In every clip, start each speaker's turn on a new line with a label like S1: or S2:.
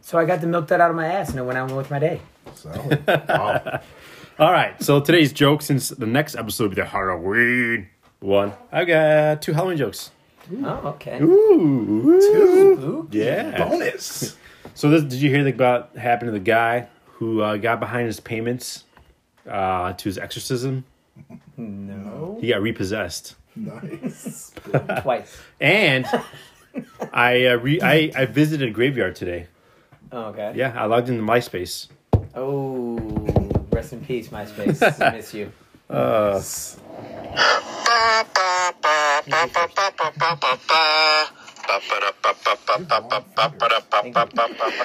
S1: So I got to milk that out of my ass and I went on with my day.
S2: Solid. wow.
S3: All right, so today's joke, since the next episode will be the Halloween one, I got two Halloween jokes.
S1: Oh, okay.
S3: Ooh,
S2: Two.
S3: yeah.
S2: Bonus.
S3: So this, did you hear about happened to the guy who uh, got behind his payments uh, to his exorcism?
S1: No.
S3: He got repossessed,
S2: Nice.
S1: Twice.
S3: and I uh, re- I, I visited a graveyard today.
S1: Oh, okay.
S3: Yeah, I logged into MySpace.
S1: Oh, rest in peace, MySpace. I miss you.
S2: Yes.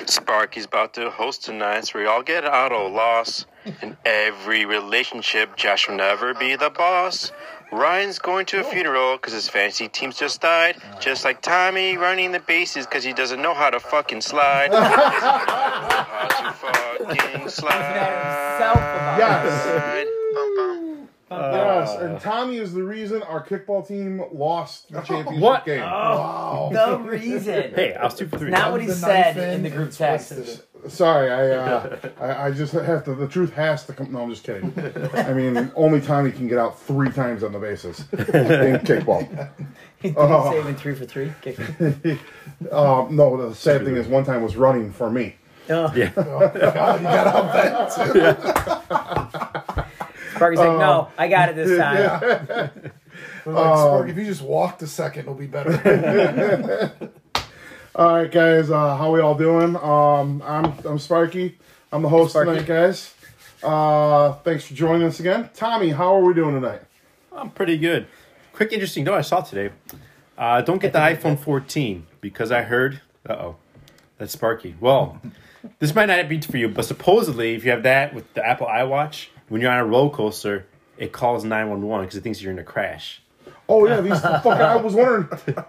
S4: Sparky's about to host tonight, so we all get auto loss. In every relationship, Josh will never be the boss. Ryan's going to a funeral because his fantasy team's just died. Just like Tommy running the bases because he doesn't know how to fucking slide. How to fucking slide.
S2: Yes.
S4: Uh, Bum, bum.
S2: Yes. And Tommy is the reason our kickball team lost the championship
S3: What?
S2: game. Wow.
S1: The reason.
S3: Hey, I was two for three.
S1: Not what he
S2: The
S1: said
S2: knife
S1: in the group text.
S2: Sorry, I, uh, I I just have to. The truth has to come. No, I'm just kidding. I mean, only Tommy can get out three times on the bases in kickball.
S1: Did
S2: Oh.
S1: he save in three for three? Kick it.
S2: Um, no, the sad thing is, one time was running for me.
S1: Oh.
S3: Yeah.
S1: Sparky's like, no, I got it this time.
S5: Like, Spark, if you just walked a second, it'll be better.
S2: All right, guys, uh, how we all doing? Um, I'm I'm Sparky. I'm the host
S1: Sparky.
S2: tonight, guys. Uh, thanks for joining us again, Tommy. How are we doing tonight?
S3: I'm pretty good. Quick, interesting note I saw today. Uh, don't get the iPhone 14 because I heard. Uh oh, that's Sparky. Well, this might not be for you, but supposedly if you have that with the Apple iWatch, when you're on a roller coaster, it calls 911 because it thinks you're in a crash.
S2: Oh yeah, these fuck. I was wondering.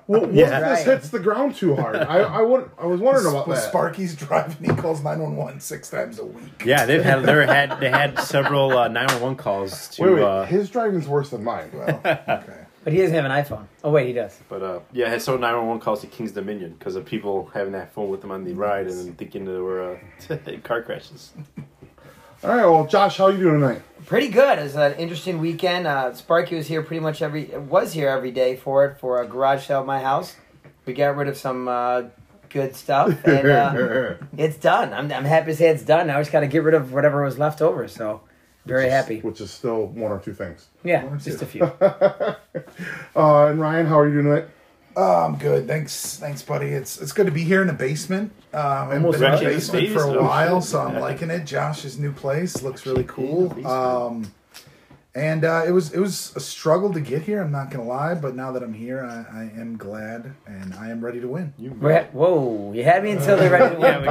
S2: What, what if this
S1: Right.
S2: hits the ground too hard? I I, would, I was wondering about
S5: Well,
S2: that.
S5: Sparky's driving, he calls 911 six times a week.
S3: Yeah, they've had they had they had several uh, 911 calls to.
S2: Wait, wait.
S3: Uh,
S2: his driving's worse than mine.
S5: Well, okay.
S1: But he doesn't have an iPhone. Oh, wait, he does.
S3: but uh, yeah, had several 911 calls to King's Dominion because of people having that phone with them on the ride and then thinking they were uh, car crashes.
S2: All right, well, Josh, how you doing tonight?
S1: Pretty good. It was an interesting weekend. Uh, Sparky was here pretty much every was here every day for it for a garage sale at my house. We got rid of some uh, good stuff, and uh, it's done. I'm, I'm happy to say it's done. I just got to get rid of whatever was left over. So very happy.
S2: Which is still one or two things.
S1: Yeah, just a few.
S2: Uh, and Ryan, how are you doing tonight?
S5: Oh, I'm good. Thanks, thanks, buddy. It's it's good to be here in the basement. Um, I haven't
S1: Almost
S5: been in
S3: right.
S5: the basement for
S3: Basement.
S5: a while, so I'm liking it. Josh's new place looks really cool. Um, and uh, it was it was a struggle to get here. I'm not gonna lie, but now that I'm here, I, I am glad and I am ready to win.
S1: We're ha- Whoa, you had me until they're ready to
S3: Yeah,
S1: win.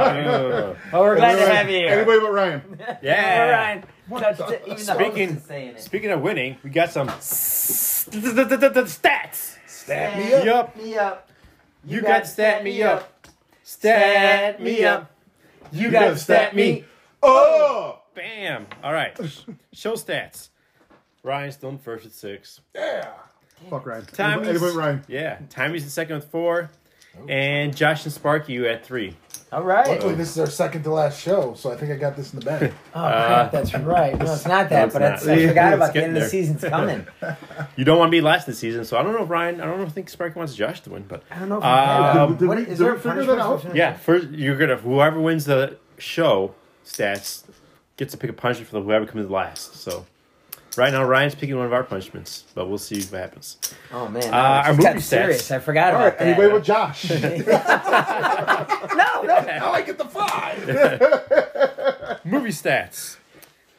S1: Oh, we're glad to have you here.
S2: Anybody but Ryan.
S3: yeah.
S1: All right. Touched it, even the host
S3: Speaking-
S1: is saying it.
S3: Speaking of winning, we got some stats.
S5: Stab me
S1: Stab
S5: up.
S3: Me up.
S1: Me up.
S3: You got stat me up. Stat me up.
S1: You
S3: got stat me.
S2: Oh,
S3: Bam. All right. Show stats. Ryan's still in first with six.
S2: fuck Ryan.
S3: Tommy's-
S2: Anybody but Ryan.
S3: Yeah. Tommy's in second with four. And Josh and Sparky, you at three.
S1: All right.
S5: Luckily, this is our second to last show, so I think I got this in the bag.
S1: Oh,
S6: Uh,
S1: crap, that's right. No, it's not that,
S3: no, it's
S1: but
S3: not.
S1: It's, I forgot about the
S3: getting
S1: end of the
S3: there.
S1: season's coming.
S3: You don't want to be last this season, so I don't know if Ryan, I don't know if I think Sparky wants Josh to win, but
S1: I don't know if
S3: Um,
S1: um,
S2: did
S1: what,
S2: we-
S1: is
S2: did
S1: there a
S2: we figure
S1: punishment
S2: that out?
S1: for-
S3: yeah, first you're gonna whoever wins the show stats gets to pick a punishment for whoever comes last. So right now Ryan's picking one of our punishments, but we'll see what happens.
S1: Oh,
S6: Uh,
S1: man.
S3: our
S1: I just
S3: movie
S1: got
S3: stats.
S1: serious. I forgot
S2: All
S1: about that.
S2: right, anybody but Josh.
S1: no, no.
S5: now I get the five.
S3: Movie stats.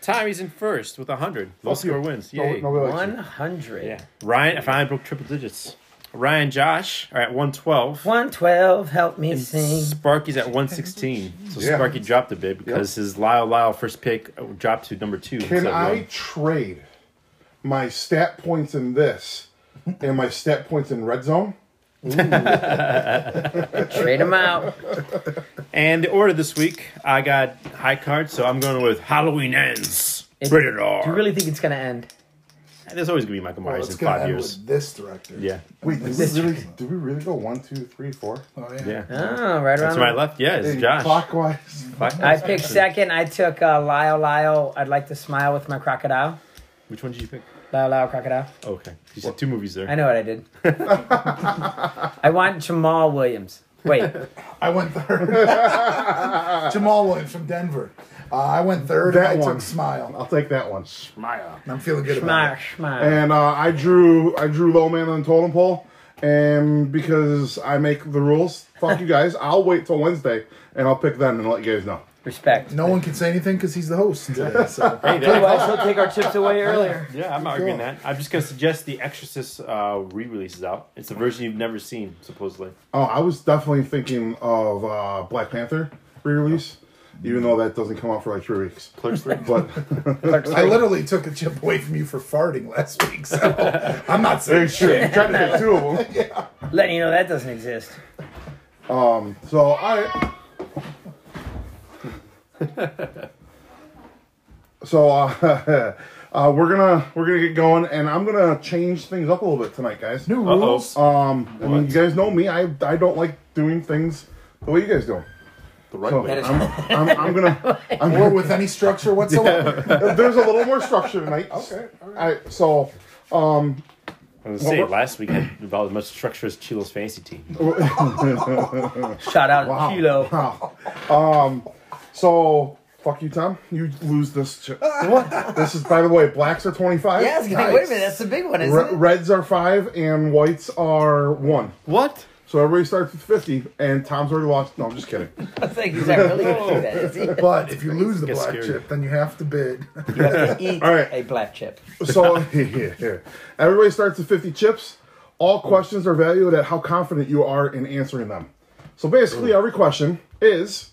S3: Tommy's in first with 100. Low score wins.
S2: no,
S3: Yay.
S2: nobody likes you.
S1: 100.
S3: Yeah. Ryan, I finally broke triple digits. Ryan, Josh are at 112.
S1: 112, help me sing.
S3: Sparky's at 116. So
S2: Yeah.
S3: Sparky dropped a bit because his Lyle Lyle first pick dropped to number two.
S2: Can
S3: instead of
S2: I
S3: one.
S2: trade my stat points in this and my stat points in red zone?
S1: Trade them out.
S3: And the order this week, I got high card, so I'm going with Halloween Ends.
S1: It-
S3: Rated R.
S1: Do you really think it's going to end?
S3: there's always gonna be Michael Myers in
S5: it's gonna
S3: five
S5: end
S3: years.
S5: with this director.
S3: Yeah,
S2: Wait, did we really? Did we really go one, two, three, four?
S5: Oh yeah.
S3: yeah.
S6: Oh, right around.
S3: That's to my left. Yeah, it's
S2: Hey,
S3: Josh.
S2: Clockwise.
S3: Fuck.
S6: I picked second. I took uh, Lyle Lyle. I'd like to smile with my crocodile.
S3: Which one did you pick?
S6: Lyle Lyle crocodile.
S3: Okay, you said two movies there.
S6: I know what I did. I want Jamal Williams. Wait,
S5: I went third. Jamal Williams from Denver. Uh, I went third.
S2: That
S5: and I
S2: one.
S5: took Smile.
S2: I'll take that one.
S5: And I'm feeling good
S6: Schmar,
S5: about it.
S6: Schmar.
S2: And uh, I drew I drew low man on the totem pole, and because I make the rules, fuck you guys. I'll wait till Wednesday, and I'll pick them and let you guys know.
S6: Respect.
S5: No one can say anything because he's the host today. So.
S3: Hey, that-
S6: Otherwise, he'll take our chips away earlier.
S3: yeah, I'm not arguing that. I'm just gonna suggest the Exorcist uh, re-release is out. It's a version you've never seen, supposedly.
S2: Oh, I was definitely thinking of uh, Black Panther re-release, even though that doesn't come out for like three weeks.
S3: Clerks three.
S2: But
S5: I literally took a chip away from you for farting last week, so I'm not saying
S2: sure, you tried to pick two of them.
S6: Letting you know that doesn't exist.
S2: So I. so uh, uh, we're gonna we're gonna get going, and I'm gonna change things up a little bit tonight, guys.
S5: new
S3: Uh-oh.
S5: rules.
S2: Um, I mean,
S3: What?
S2: you guys know me. I I don't like doing things the way you guys do. 'em.
S3: The right
S2: So
S3: way.
S2: I'm, I'm, I'm gonna. I'm,
S5: or with any structure whatsoever.
S2: there's a little more structure tonight. Okay. I, so
S3: I
S5: Oh,
S3: was gonna say last week had about as much structure as Chilo's fantasy team.
S6: Shout out
S2: Wow.
S6: to Kilo.
S2: so fuck you, Tom. You lose this. Ch- what? This is by the way, blacks are twenty five.
S6: Yeah, I was gonna, wait a minute. That's the big one, isn't it?
S2: reds are five and whites are one.
S3: What?
S2: So everybody starts with fifty, and Tom's already lost. No, I'm just kidding.
S6: I think he's not really going to do that, is he? You
S5: But if you lose the
S3: Gets
S5: black
S3: scary.
S5: chip, then you have to bid.
S6: have to eat
S2: All right.
S6: a black chip.
S2: So everybody starts with 50 chips. All questions are valued at how confident you are in answering them. So basically, every question is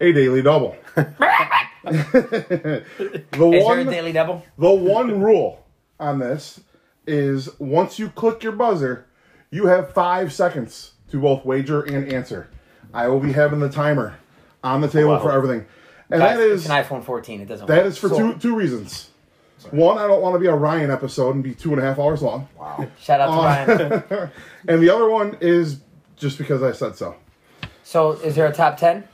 S2: a daily double. the
S6: Is
S2: one,
S6: there a daily double?
S2: the one rule on this is once you click your buzzer, you have five seconds to both wager and answer. I will be having the timer on the table for
S3: Wow.
S2: everything, and
S6: Guys,
S2: that is
S6: it's an iPhone 14. It doesn't
S2: that
S6: work.
S2: is for two two reasons. One, I don't want to be a Ryan episode and be two and a half hours long.
S6: Shout out to
S2: Oh.
S6: Ryan.
S2: And the other one is just because I said so.
S6: So, is there a top 10?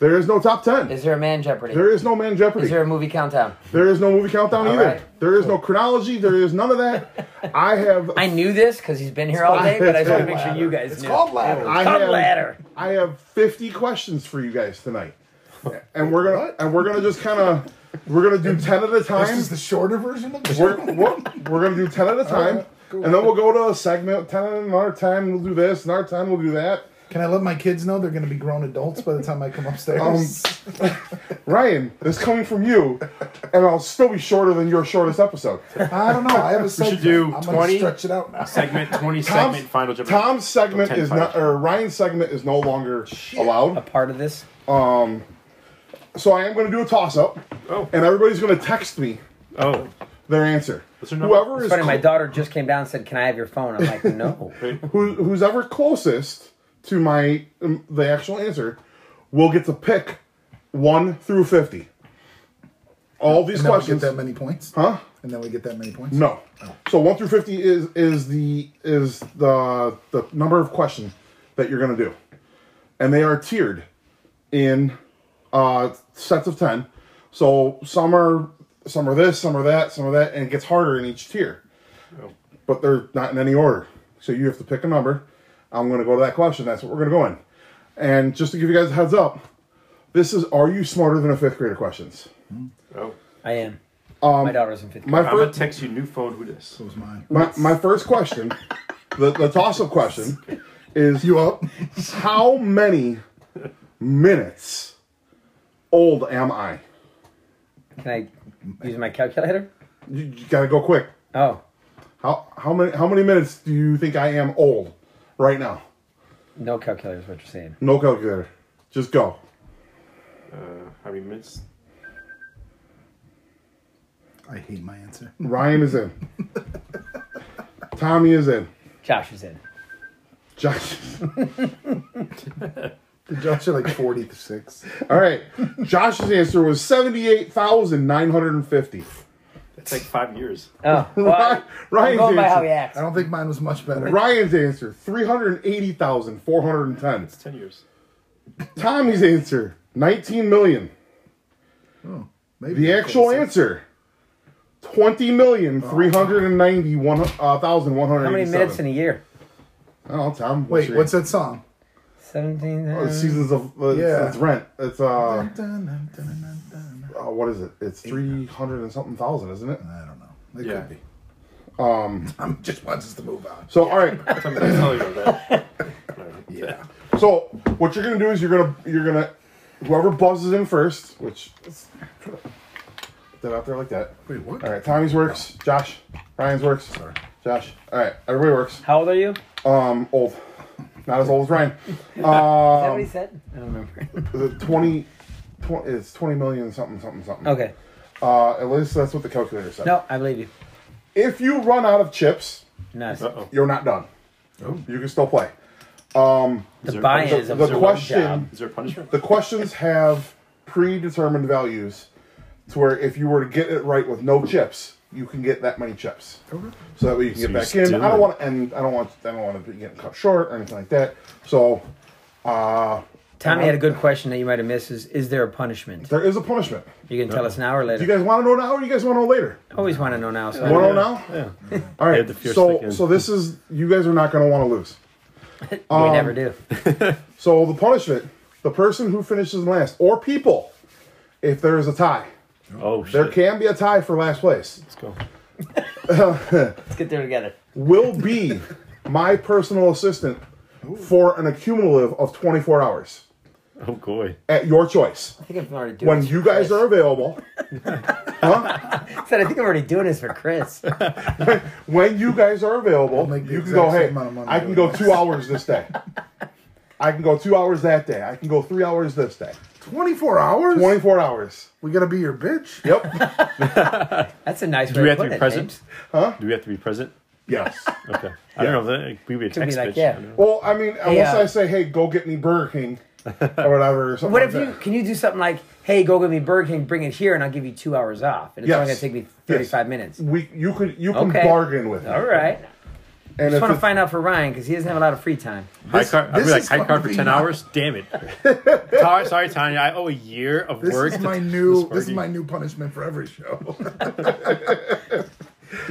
S2: There is no top ten.
S6: Is there a Man Jeopardy?
S2: there is no Man Jeopardy.
S6: Is there a movie countdown?
S2: there is no movie countdown either.
S6: right.
S2: There is no chronology. There is none of that. I have
S6: I knew this because he's been here all day, but I just want to make sure you guys
S5: It's
S6: knew.
S5: called ladder.
S2: I
S6: Come
S2: have
S6: ladder.
S2: I have fifty questions for you guys tonight, and we're gonna and we're gonna just kind of we're gonna do ten at a
S5: this
S2: time.
S5: is the shorter version of the
S2: we're,
S5: show.
S2: we're, we're gonna do ten at a time,
S5: cool.
S2: and then we'll go to a segment. Ten at another time, we'll do this. Another time, we'll do that.
S5: Can I let my kids know they're going to be grown adults by the time I come upstairs?
S2: Ryan, this coming from you, and I'll still be shorter than your shortest episode.
S5: I don't know. I have a segment.
S3: do
S5: I'm
S3: 20.
S5: to stretch it out now.
S3: Segment twenty,
S2: Tom's-
S3: segment final Jeopardy.
S2: Tom's segment
S3: Ten
S2: is not,
S3: final.
S2: or Ryan's segment is no longer
S6: A
S2: allowed.
S6: part of this?
S2: So I am going to do a toss up,
S3: Oh.
S2: and everybody's going to text me
S3: Oh,
S2: their answer.
S3: What's your number?
S2: Whoever
S6: It's
S2: is
S6: funny, my
S2: cl-
S6: daughter just came down and said, Can I have your phone? I'm like, No.
S2: who, who's ever closest to my um, the actual answer will get to pick one through fifty. All these
S5: And then we get
S2: questions.
S5: that many points?
S2: Huh?
S5: And then we get that many points?
S2: No. So one through fifty is is the is the the number of questions that you're gonna do, and they are tiered in uh, sets of ten. So some are some are this, some are that, some are that, and it gets harder in each tier. But they're not in any order. So you have to pick a number. I'm gonna go to that question. That's what we're gonna go in. And just to give you guys a heads up, this is are you smarter than a fifth grader questions.
S3: oh.
S6: I am. my daughter's in fifth grade.
S2: Um, My
S3: I'm gonna
S2: first,
S3: text you new phone. Who this?
S5: That was mine.
S2: my, my first question, the, the toss up question, is
S5: You up?
S2: how many minutes old am I?
S6: Can I use my calculator?
S2: You, you gotta go quick.
S6: Oh,
S2: How how many how many minutes do you think I am old right now?
S6: no calculator is what you're saying.
S2: No calculator. Just go.
S3: Uh, how many minutes?
S5: I hate my answer.
S2: Ryan is in. Tommy is in.
S6: Josh is in.
S2: Josh.
S5: Josh, you're like 46.
S2: All right. Josh's answer was seventy eight thousand nine hundred and fifty.
S3: It's like five years.
S1: Oh, well, I'm
S2: Ryan's
S1: going by how he
S2: answer.
S5: I
S1: acts.
S5: don't think mine was much better.
S2: Ryan's answer: three hundred eighty thousand four hundred ten.
S3: It's ten years.
S2: Tommy's answer: nineteen million.
S5: Maybe
S2: The
S5: they're
S2: actual
S5: closer.
S2: answer: twenty million three hundred and ninety one uh, thousand one hundred.
S1: How many minutes in a year?
S2: Oh, Tom.
S5: Wait,
S2: your
S5: what's that song?
S1: Seventeen.
S2: Oh, it's seasons of uh, it's-
S5: Yeah.
S2: it's rent. It's uh,
S5: Dun, dun, dun, dun, dun, dun.
S2: uh, what is it? It's three hundred and something thousand, isn't it?
S5: I don't know. It
S3: Yeah.
S5: could be. Um, Tom just wants us to move on.
S2: So all right.
S3: I'm gonna tell you about that. yeah.
S2: So what you're gonna do is you're gonna you're gonna whoever buzzes in first, which put that out there like that.
S5: Wait, what?
S2: All right, Tommy's works. Josh, Ryan's works. Josh. All right, everybody works.
S1: How old are you? Is
S2: Um, old, not as old as Ryan.
S1: that
S2: Uh,
S1: what he said? I don't remember.
S2: is it 20, 20 It's twenty million something something something.
S1: okay.
S2: Uh, at least that's what the calculator said.
S1: No, I believe you.
S2: If you run out of chips,
S1: Nice.
S3: Uh oh.
S2: you're not done.
S5: Oh.
S2: You can still play.
S1: The buy-in
S2: the-
S1: is a
S2: the
S1: good
S2: question-
S1: job.
S3: Is there a punishment?
S2: The questions have predetermined values to where if you were to get it right with no chips, you can get that many chips. So that way you can
S3: So
S2: get
S3: you
S2: back in.
S3: still-
S2: I don't want to end. I don't want. I don't want to be getting cut short or anything like that. So, uh,
S1: Tommy had a good question that you might have missed. Is is there a punishment?
S2: there is a punishment.
S1: You can tell us now or
S2: Do
S1: later.
S2: you guys want to know now, or you guys want to know later?
S1: I Always want to know now. So I
S2: Want to
S1: don't
S2: know now?
S3: Yeah.
S2: All
S3: Add
S2: right.
S3: the fear stick
S2: So,
S3: in.
S2: so this is you guys are not going to want to lose.
S1: know. we never do.
S2: So the punishment: the person who finishes last, or people, if there is a tie.
S3: Oh shit.
S2: There can be a tie for last place.
S3: Let's go.
S1: Let's get there together.
S2: will be my personal assistant for an accumulative of 24 hours
S3: Oh boy.
S2: at your choice.
S1: I think I'm already doing.
S2: When
S1: this
S2: you
S1: for
S2: guys
S1: Chris.
S2: are available, huh?
S1: I said I think I'm already doing this for Chris.
S2: When you guys are available,
S5: make the
S2: you can
S5: exact
S2: go,
S5: same
S2: hey,
S5: amount of money
S2: I can go
S5: doing this."
S2: two hours this day. I can go two hours that day. I can go three hours this day.
S5: 24 hours?
S2: 24 hours.
S5: We gotta be your bitch?
S2: Yep.
S1: That's a nice way
S3: Do we
S1: to
S3: have
S1: put
S3: to be
S1: it,
S3: present?
S1: James.
S3: Do we have to be present?
S2: Yes.
S3: Okay. I don't know. that- like, We would
S1: Could be
S3: text
S1: like,
S3: bitch.
S1: yeah.
S3: I don't know.
S2: Well, I mean, unless
S1: uh,
S2: I say, hey, go get me Burger King or whatever. Or something
S1: What
S2: like
S1: if you
S2: that.
S1: can you do something like, hey, go get me Burger King, bring it here, and I'll give you two hours off, and it's
S2: Yes.
S1: only gonna take me
S2: Yes.
S1: thirty five minutes.
S2: We, you could you can
S1: Okay.
S2: bargain with it.
S1: All right.
S2: And
S1: Just
S2: if
S1: want to
S2: it-
S1: find out for Ryan because he doesn't have a lot of free time.
S3: High card. I'd
S5: this
S3: be like
S5: is
S3: high
S5: going
S3: card
S5: to
S3: for
S5: be
S3: ten
S5: not-
S3: hours. Damn it. sorry, sorry, Tanya. I owe a year of
S5: This
S3: work.
S5: is
S3: to-
S5: my
S3: to
S5: new this is
S3: Sparky.
S5: my new punishment for every show. you gotta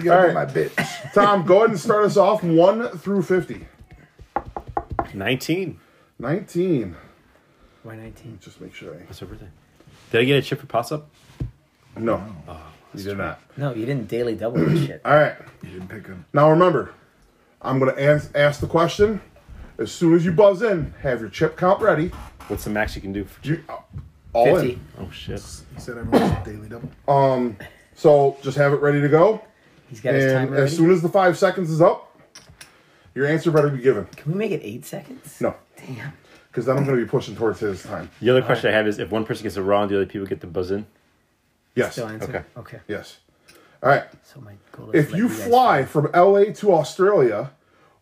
S5: be
S2: All right.
S5: my bitch.
S2: Tom, go ahead and start us off one through 50.
S3: nineteen.
S2: 19.
S1: Why nineteen?
S2: Just make sure I.
S3: That's her birthday. Did I get a chip for pops up?
S2: No. you did not.
S1: No, you didn't daily double this shit.
S2: All right.
S5: You didn't pick him.
S2: Now remember, I'm going to ask, ask the question. As soon as you buzz in, have your chip count ready.
S3: What's the max you can do? For-
S2: You, uh, all
S1: Fifty.
S2: in.
S3: oh shit.
S5: He said everyone's daily double.
S2: So just have it ready to go.
S1: He's got his
S2: and
S1: timer.
S2: as
S1: ready.
S2: soon as the five seconds is up, your answer better be given.
S1: Can we make it eight seconds?
S2: No.
S1: Damn.
S2: Because then I'm going to be pushing towards his time.
S3: The other question I have is if one person gets it wrong, the other people get to buzz in.
S2: Yes.
S1: Still answer.
S3: Okay.
S1: Okay.
S2: Yes. All right.
S1: So my goal is
S2: If
S1: to let
S2: you
S1: guys-
S2: fly from LA to Australia,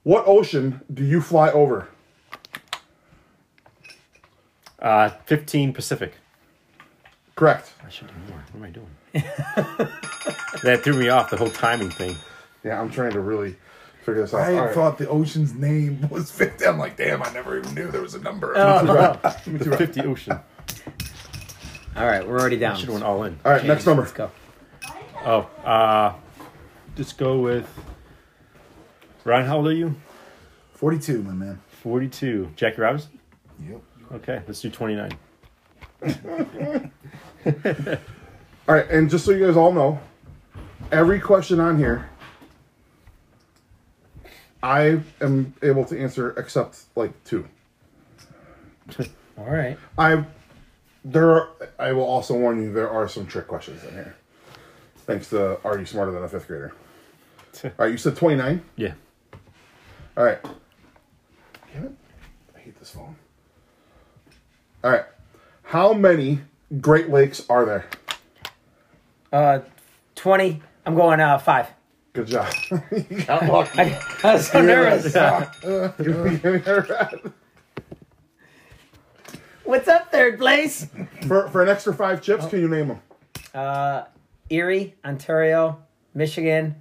S2: what ocean do you fly over?
S3: Uh, fifteen Pacific.
S2: Correct.
S3: I should do more. What am I doing? that threw me off the whole timing thing.
S2: Yeah, I'm trying to really figure this out.
S5: I
S2: All right.
S5: thought the ocean's name was 50. I'm like, damn, I never even knew there was a number.
S1: Oh.
S3: The fifty ocean.
S1: All right, we're already down.
S3: Should have went all in.
S2: All right, next number.
S1: Let's go.
S3: Oh, uh, just go with Ryan. How old are you?
S5: 42, my man.
S3: Forty-two. Jackie Robinson.
S5: Yep.
S3: Okay, let's do twenty-nine.
S2: All right, and just so you guys all know, every question on here, I am able to answer except like two.
S1: All right.
S2: I there are, I will also warn you there are some trick questions in here. Thanks to Are You Smarter Than a Fifth Grader? All right, you said 29.
S3: Yeah.
S2: All right. Damn it. I hate this phone. All right. How many Great Lakes are there?
S1: Uh, twenty. I'm going uh five.
S2: Good job.
S1: I, I was so nervous. What's up, third place? Oh.
S2: for, for an extra five chips, can you name them?
S1: Uh, Erie, Ontario, Michigan.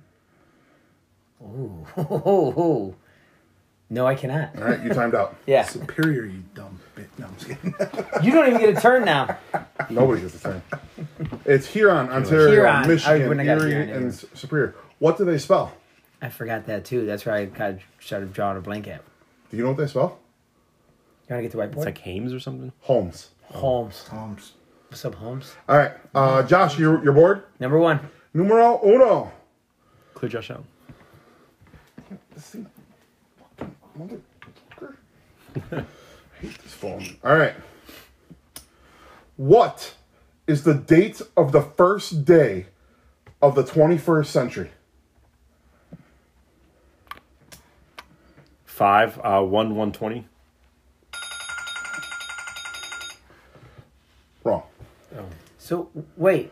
S1: Ooh. No, I cannot.
S2: All right, you timed out.
S1: Yeah.
S5: Superior, you dumb bitch. No, I'm just kidding.
S1: You don't even get a turn now.
S2: Nobody gets the turn. It's Huron, Ontario,
S1: Huron. I
S2: Michigan,
S1: wouldn't have got
S2: Erie,
S1: Huron either.
S2: and S- Superior. What do they spell?
S1: I forgot that too. That's where I kind of started drawing a blank at.
S2: Do you know what they spell?
S1: You want to get the whiteboard?
S3: It's like Hames or something.
S2: Holmes.
S1: Holmes.
S5: Tom's.
S1: What's up, Holmes?
S2: All right, uh, Josh, you're, you're bored?
S1: Number one.
S2: Numero uno.
S3: Clear Josh out.
S2: Motherfucker. I hate this phone. All right. What is the date of the first day of the 21st century?
S3: Five, uh, one, one twenty.
S2: Wrong.
S1: So wait,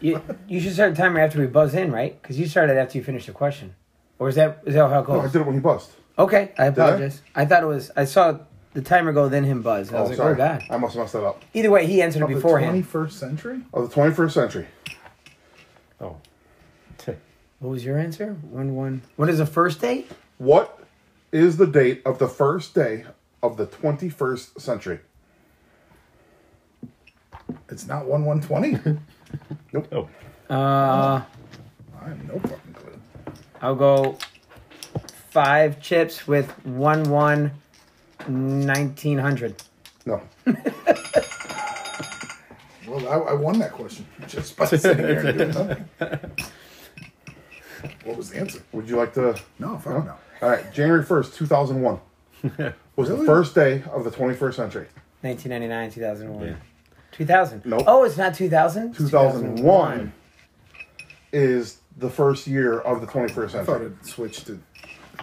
S1: you, you should start the timer after we buzz in, right? Because you started after you finished the question, or is that is that how it
S2: Oh, I
S1: goes?
S2: did it when he buzzed.
S1: Okay, I
S2: I?
S1: apologize. I? thought it was. I saw the timer go, then him buzz. and I
S2: Oh,
S1: was like,
S2: sorry.
S1: oh god.
S2: I must have messed that up.
S1: Either way, he answered it
S5: The
S1: beforehand.
S5: 21st century?
S2: Of the 21st century.
S3: Oh.
S1: What was your answer? One one. What is the first date?
S2: What is the date of the first day of the 21st century?
S5: It's not 1120.
S3: Oh.
S1: Uh,
S5: I have no fucking clue.
S1: I'll go five chips with one one. 1900.
S2: No.
S5: Well, I, I won that question just by sitting here and doing nothing. What was the answer?
S2: Would you like to?
S5: No, fuck no.
S2: All right, January 1st, 2001 was the
S5: Really?
S2: first day of the 21st century.
S1: 1999, 2001. 2000.
S2: Nope.
S1: Oh, it's not 2000?
S2: 2001 is the first year of the 21st
S5: I thought
S2: century.
S5: it switched to.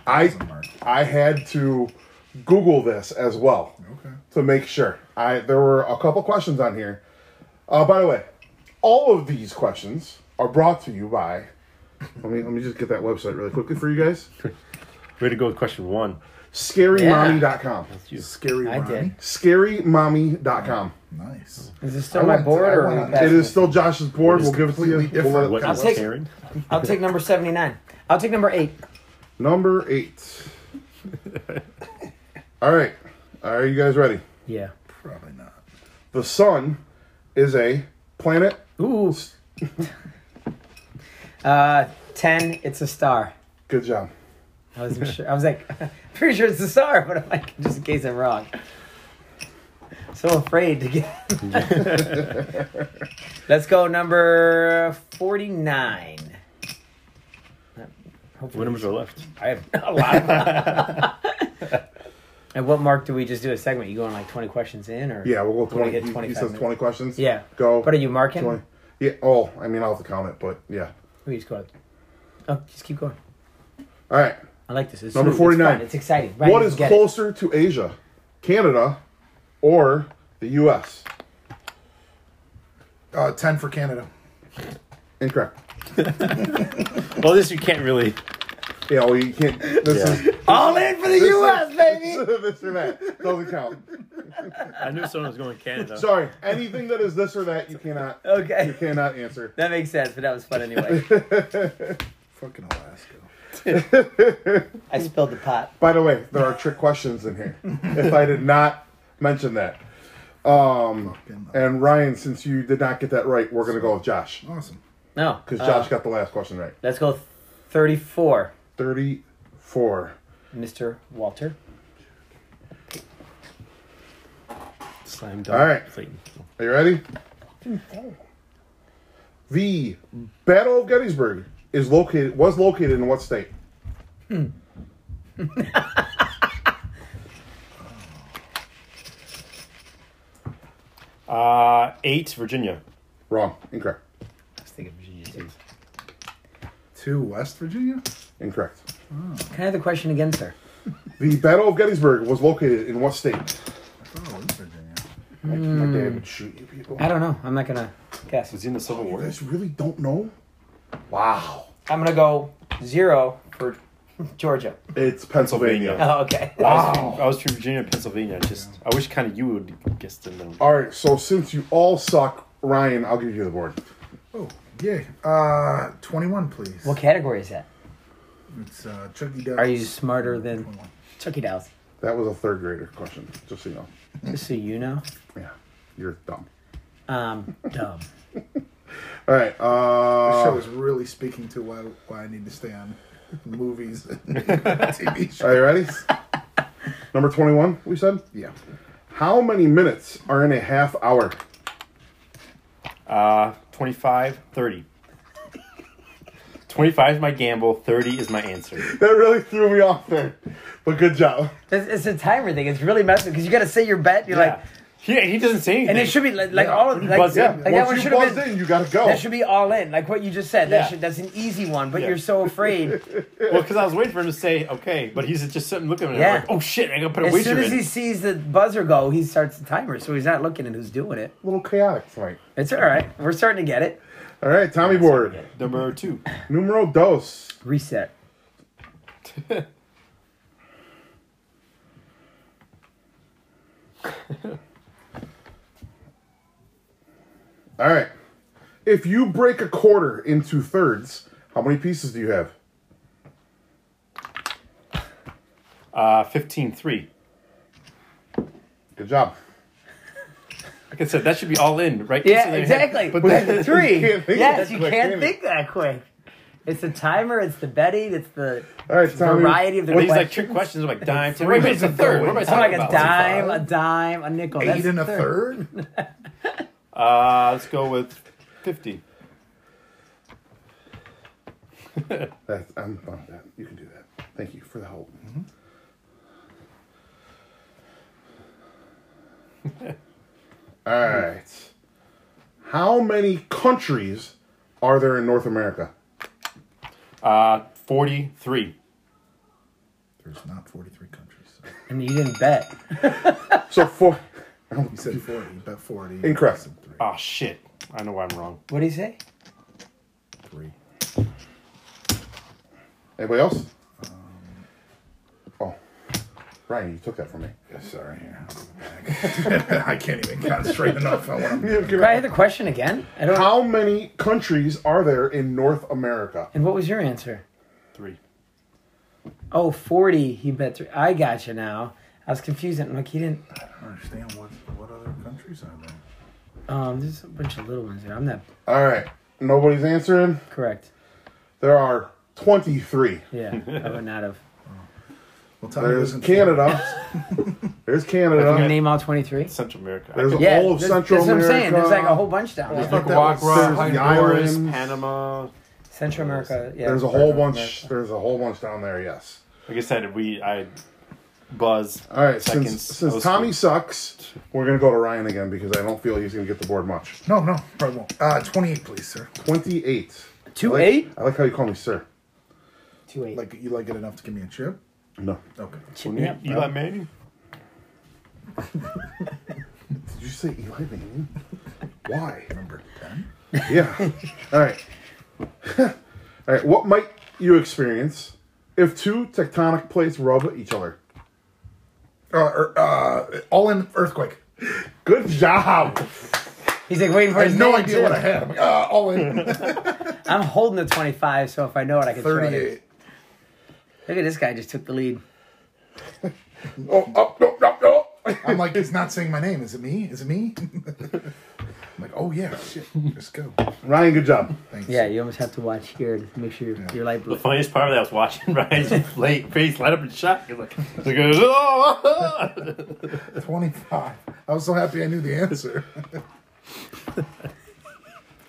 S2: I
S5: somewhere.
S2: I had to Google this as well
S5: Okay.
S2: to make sure. I there were a couple questions on here. Uh, by the way, all of these questions are brought to you by. Let me let me just get that website really quickly for you guys.
S3: Way to go with question one.
S2: ScaryMommy.com.
S5: Scary
S1: I
S5: Ronnie.
S1: did.
S2: ScaryMommy.com.
S5: Nice.
S1: Is it still
S5: I
S1: my
S5: went-
S1: board
S5: I
S1: or
S5: went-
S1: are we back?
S2: It is still Josh's board.
S3: It is
S2: We'll give it to you.
S5: completely
S2: We'll let
S5: different.
S2: it
S3: What
S2: count.
S1: I'll
S3: was
S1: take-
S3: Karen?
S1: I'll take number 79. I'll take number 8.
S2: Number eight. All right. Are you guys ready?
S1: Yeah.
S5: Probably not.
S2: The sun is a planet.
S1: Ooh. uh, 10, it's a star.
S2: Good job.
S1: I wasn't sure. I was like, pretty sure it's a star, but I'm like, just in case I'm wrong. So afraid to get. Let's go number 49.
S3: What numbers are left?
S1: I have a lot of At what mark do we just do a segment? You going like 20 questions in or?
S2: Yeah, we'll go
S1: We're gonna
S2: twenty.
S1: get
S2: He, he
S1: 25
S2: says twenty questions.
S1: Yeah.
S2: Go.
S1: What are you marking?
S2: 20. Yeah. Oh, I mean, I'll have to count it, but yeah.
S1: We just go up. Oh, just keep going.
S2: All right.
S1: I like this. It's
S2: Number
S1: smooth.
S2: 49.
S1: It's, fun. It's exciting. Right,
S2: What
S1: you
S2: is
S1: get it.
S2: closer to Asia, Canada, or the U.S.?
S5: Uh, 10 for Canada.
S2: Incorrect.
S3: Well, this you can't really.
S2: Yeah. Well, you can't. This is
S1: All in for the U.S., baby.
S2: this or that doesn't count.
S3: I knew someone was going Canada.
S2: Sorry. Anything that is this or that, you cannot. You
S1: Okay.
S2: cannot answer.
S1: That makes sense, but that was fun anyway.
S5: Fucking Alaska.
S1: I spilled the pot.
S2: By the way, there are trick questions in here. if I did not mention that. Um,
S5: Fucking
S1: Uh,
S2: and Ryan, since you did not get that right, we're going to go with Josh.
S5: Awesome.
S1: No.
S2: Because
S1: uh,
S2: Josh got the last question right.
S1: let's go 34,
S2: 34.
S1: Mr. Walter.
S3: Slam
S2: All right.
S3: Clayton.
S2: Are you ready? The Battle of Gettysburg is located was located in what state?
S3: Uh, eight, Virginia.
S2: Wrong. Incorrect.
S1: I was thinking Virginia too.
S5: To West Virginia?
S2: Incorrect.
S1: Can I have the question again, sir?
S2: The Battle of Gettysburg was located in what state?
S5: Oh, West Virginia.
S2: Like,
S5: Hmm.
S2: My dad would shoot you people.
S1: I don't know. I'm not gonna guess.
S3: Was he in the Civil
S2: You
S3: War?
S2: guys really don't know? Wow.
S1: I'm gonna go zero for Georgia.
S2: It's Pennsylvania.
S3: Pennsylvania.
S1: Oh, okay.
S3: I was
S1: Oh.
S3: from- I was from Virginia, Pennsylvania. Just, I wish kind of you would guess the middle.
S2: All right, so since you all suck, Ryan, I'll give you the board.
S5: Oh, Yeah. Uh, 21, please.
S1: What category is that?
S5: It's uh, Chucky Duck.
S1: Are you smarter than Chucky Dolls?
S2: That was a third grader question, just so you know.
S1: Just so you know,
S2: Yeah, you're dumb.
S1: um, dumb.
S2: All right.
S5: This show
S2: Uh,
S5: is really speaking to why, why I need to stay on movies and TV shows.
S2: are you ready? Number 21, we said?
S5: Yeah.
S2: How many minutes are in a half hour?
S3: Uh, 25, 30. 25 is my gamble, 30 is my answer.
S2: That really threw me off there. But good job.
S1: It's, it's a timer thing. It's really messing because you got to say your bet. You're like,
S3: Yeah. He, he doesn't say anything.
S1: and it should be like, like all of
S3: When you
S1: like,
S3: buzz in.
S1: like
S2: Yeah,
S1: that one
S2: once you
S1: should have
S2: buzz
S1: been
S2: in, you gotta go.
S1: that should be all in. Like what you just said.
S3: Yeah.
S1: That should, that's an easy one, but
S3: Yeah.
S1: you're so afraid.
S3: Well, because I was waiting for him to say okay, but he's just sitting looking at me.
S1: Yeah.
S3: Like, oh shit! I gotta put a
S1: as
S3: wager
S1: soon as
S3: in.
S1: he sees the buzzer go, he starts the timer, so he's not looking at who's doing it.
S2: a little chaotic tonight.
S1: It's all right. We're starting to get it.
S2: All right, Tommy board.
S3: Number two.
S2: Numero dos.
S1: Reset.
S2: All right. If you break a quarter into thirds, how many pieces do you have?
S3: Uh, 15 3.
S2: Good job.
S3: Like I said, that should be all in, right?
S1: Yeah,
S3: Instantly in
S1: exactly.
S3: your head.
S1: But
S3: But
S1: that's
S3: then-
S1: the three.
S2: You can't think
S1: yes,
S2: that
S1: you
S2: quick,
S1: can't
S2: can you?
S1: think that quick. It's the timer. It's the betting. It's the
S2: All right, Tommy.
S1: variety of the
S3: Well, these like
S1: questions.
S3: trick questions. I'm like dime. ten- Wait, wait, it's a third. What am I
S1: I'm like
S3: talking
S1: a
S3: about?
S1: dime, a dime, a nickel.
S5: Eight
S1: That's
S5: and a
S1: third.
S5: third?
S3: Uh, let's go with 50.
S2: That's, I'm fine with that. You can do that. Thank you for the help. Mm-hmm. All right. How many countries are there in North America?
S3: Uh, 43.
S5: There's not 43 countries.
S1: And you didn't bet.
S2: So four.
S5: You said 40, but 40.
S2: Incorrect.
S5: Some Three.
S3: Oh shit! I know why I'm wrong.
S1: What do you say?
S5: three.
S2: Anybody else? Um, Oh, Ryan, you took that from me.
S5: Sorry, here. I'll go back. I can't even concentrate enough on what I'm doing.
S1: Can I hear the question again? I don't.
S2: How many countries are there in North America?
S1: And what was your answer?
S3: Three.
S1: Oh, 40. He bet three. I got you now. I was confused. I'm like, he didn't.
S5: I don't understand what, what other countries are there.
S1: Um, there's a bunch of little ones there. I'm not
S2: All right. Nobody's answering.
S1: correct.
S2: There are 23.
S1: Yeah, I would not have.
S5: Well, Tommy
S2: There's
S5: doesn't-
S2: Canada. There's
S1: Can you
S2: Canada.
S1: name all 23?
S3: Central America.
S2: There's
S1: Yeah,
S2: all of
S1: there's-
S2: Central
S1: that's
S2: America.
S1: what I'm saying. There's like a whole bunch down
S3: There's
S1: there.
S5: thought that was-
S3: Nicaragua,
S2: there's the
S3: Honduras,
S2: islands.
S3: Panama.
S1: Central America. Yeah.
S2: There's a whole bunch. There's a whole bunch down there. Yes.
S3: Like I said, we I buzz.
S2: All right.
S3: seconds.
S2: Since
S3: I
S2: since
S3: was-
S2: Tommy sucks, we're gonna go to Ryan again because I don't feel he's gonna get the board much.
S5: No, no, probably won't. Uh, 28, please, sir.
S2: 28.
S1: Two
S2: I like,
S1: eight?
S2: I like how you call me sir.
S1: Two eight.
S5: Like, you like it enough to give me a chip?
S2: No.
S5: Okay.
S3: When you- Eli Manning.
S2: Did you say Eli Manning? Why?
S5: Number 10.
S2: Yeah. All right. All right. What might you experience if two tectonic plates rub each other?
S5: Uh, er, uh, all in earthquake.
S2: Good job.
S1: He's like waiting for
S5: I
S1: his
S5: had no
S1: name,
S5: idea
S1: too.
S5: what I had. I'm like, uh, all in.
S1: I'm holding the 25, so if I know it, I can throw it.
S5: 38.
S1: Look at this guy just took the lead.
S2: Oh, oh, no, no, no.
S5: I'm like, it's not saying my name. Is it me? Is it me? I'm like, oh yeah, shit. Let's go.
S2: Ryan, good job.
S5: Thanks.
S1: Yeah, you almost have to watch here and make sure your, your light blue.
S3: The funniest part of that was watching Ryan's late face light up in shock. He's like, he goes, oh!
S5: 25. I was so happy I knew the answer.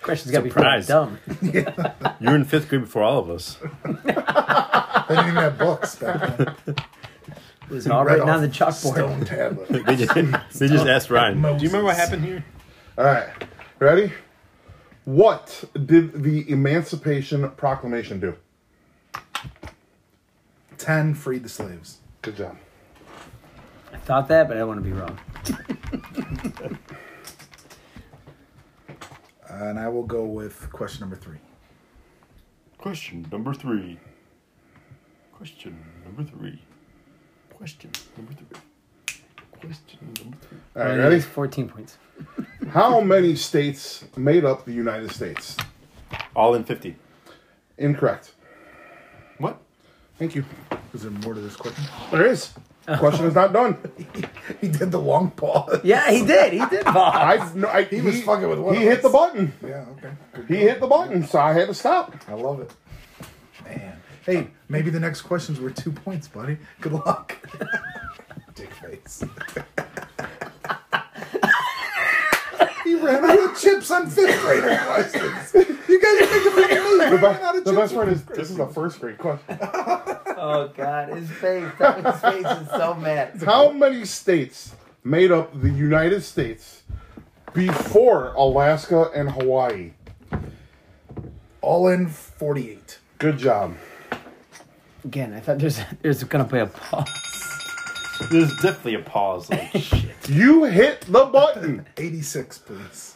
S1: Question's got to be fucking
S3: Surprise.
S1: dumb.
S3: you were in fifth grade before all of us.
S5: They didn't even have books back then.
S1: It was all
S5: Right
S1: written on the
S5: off
S1: chalkboard.
S5: Stone tablet.
S3: They just, they just asked Ryan. Do you remember what
S5: Moses.
S3: happened here?
S2: All right. Ready? What did the Emancipation Proclamation do?
S5: 10 freed the slaves.
S2: Good job.
S1: I thought that, but I want to be wrong.
S5: Uh, and I will go with question number three.
S3: Question number three. Question number three. Question number three. Question number three.
S2: All right,
S1: Only
S2: ready?
S1: needs 14 points.
S2: How many states made up the United States?
S3: All in 50.
S2: Incorrect.
S3: What?
S2: Thank you.
S5: Is there more to this question?
S2: There is.
S5: Oh.
S2: Question is not done.
S5: He did the long pause.
S6: Yeah, he did. He did. Bob.
S2: I, no, I he
S5: was fucking with one
S2: He
S5: of
S2: hit
S5: us.
S2: the button.
S5: Yeah, okay. Good.
S2: He hit the button, so I had to stop.
S5: I love it. Man. Hey, maybe the next questions were two points, buddy. Good luck. Dick face. he ran out of chips on fifth grader questions. You guys are making fun of me.
S2: The,
S5: We ran out
S2: be-
S5: of
S2: the
S5: chips.
S2: best part is this is a first grade question.
S6: Oh God, his face. His face is so mad.
S2: How many states made up the United States before Alaska and Hawaii?
S5: All in 48.
S2: Good job.
S1: Again, I thought there's there's gonna be a pause.
S3: There's definitely a pause. Like, shit.
S2: You hit the button.
S5: 86, please.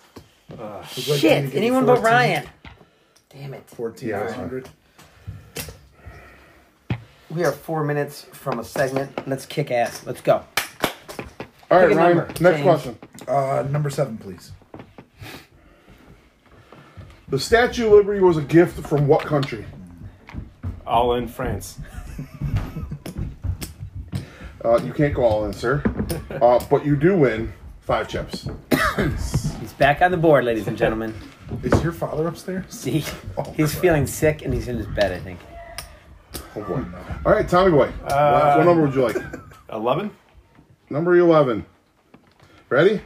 S6: Shit. Anyone but Ryan. Damn it.
S5: 14
S2: Yeah.
S5: 100.
S6: We are four minutes from a segment. Let's kick ass. Let's go.
S2: All right,
S6: Pick a
S2: Ryan.
S6: number.
S2: Next
S6: Change.
S2: question.
S5: Uh, number seven, please.
S2: The Statue of Liberty was a gift from what country?
S3: All in France.
S2: Uh, you can't go all in, sir. Uh, but you do win five chips.
S1: He's
S6: He's back on the board, ladies and gentlemen.
S5: Is your father upstairs?
S1: See,
S6: Oh,
S1: he's feeling sick and he's in his bed. I think.
S2: Oh boy. All right, Tommy boy. what number would you like?
S3: 11?
S2: Number 11. Ready?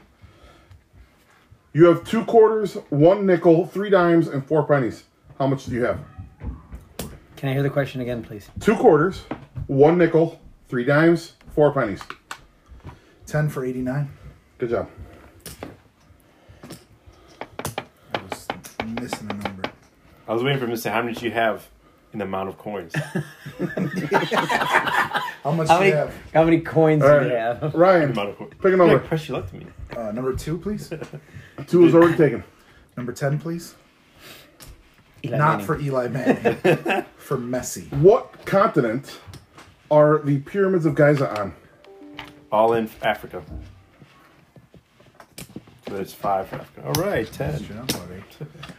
S2: You have two quarters, one nickel, three dimes, and four pennies. How much do you have?
S1: Can I hear the question again, please?
S2: Two quarters, one nickel, three dimes, four pennies.
S5: 10 for 89.
S2: Good job.
S5: I was missing a number.
S3: I was waiting for him to say, how many did you have in the amount of coins?
S5: How much
S1: How
S5: do
S1: many
S5: you have?
S1: how many coins
S2: All
S1: do
S2: right.
S1: you have?
S2: Ryan,
S3: amount of coins.
S2: pick a
S3: Like,
S2: number.
S3: press you luck to me.
S5: Uh, number two, please.
S2: Two is already taken.
S5: Number 10, please.
S1: Eli
S5: Not
S1: Manning.
S5: for Eli Manning. for Messi.
S2: What continent are the pyramids of Giza on?
S3: All in Africa. So there's five for Africa. All right, 10.
S5: Good job, buddy.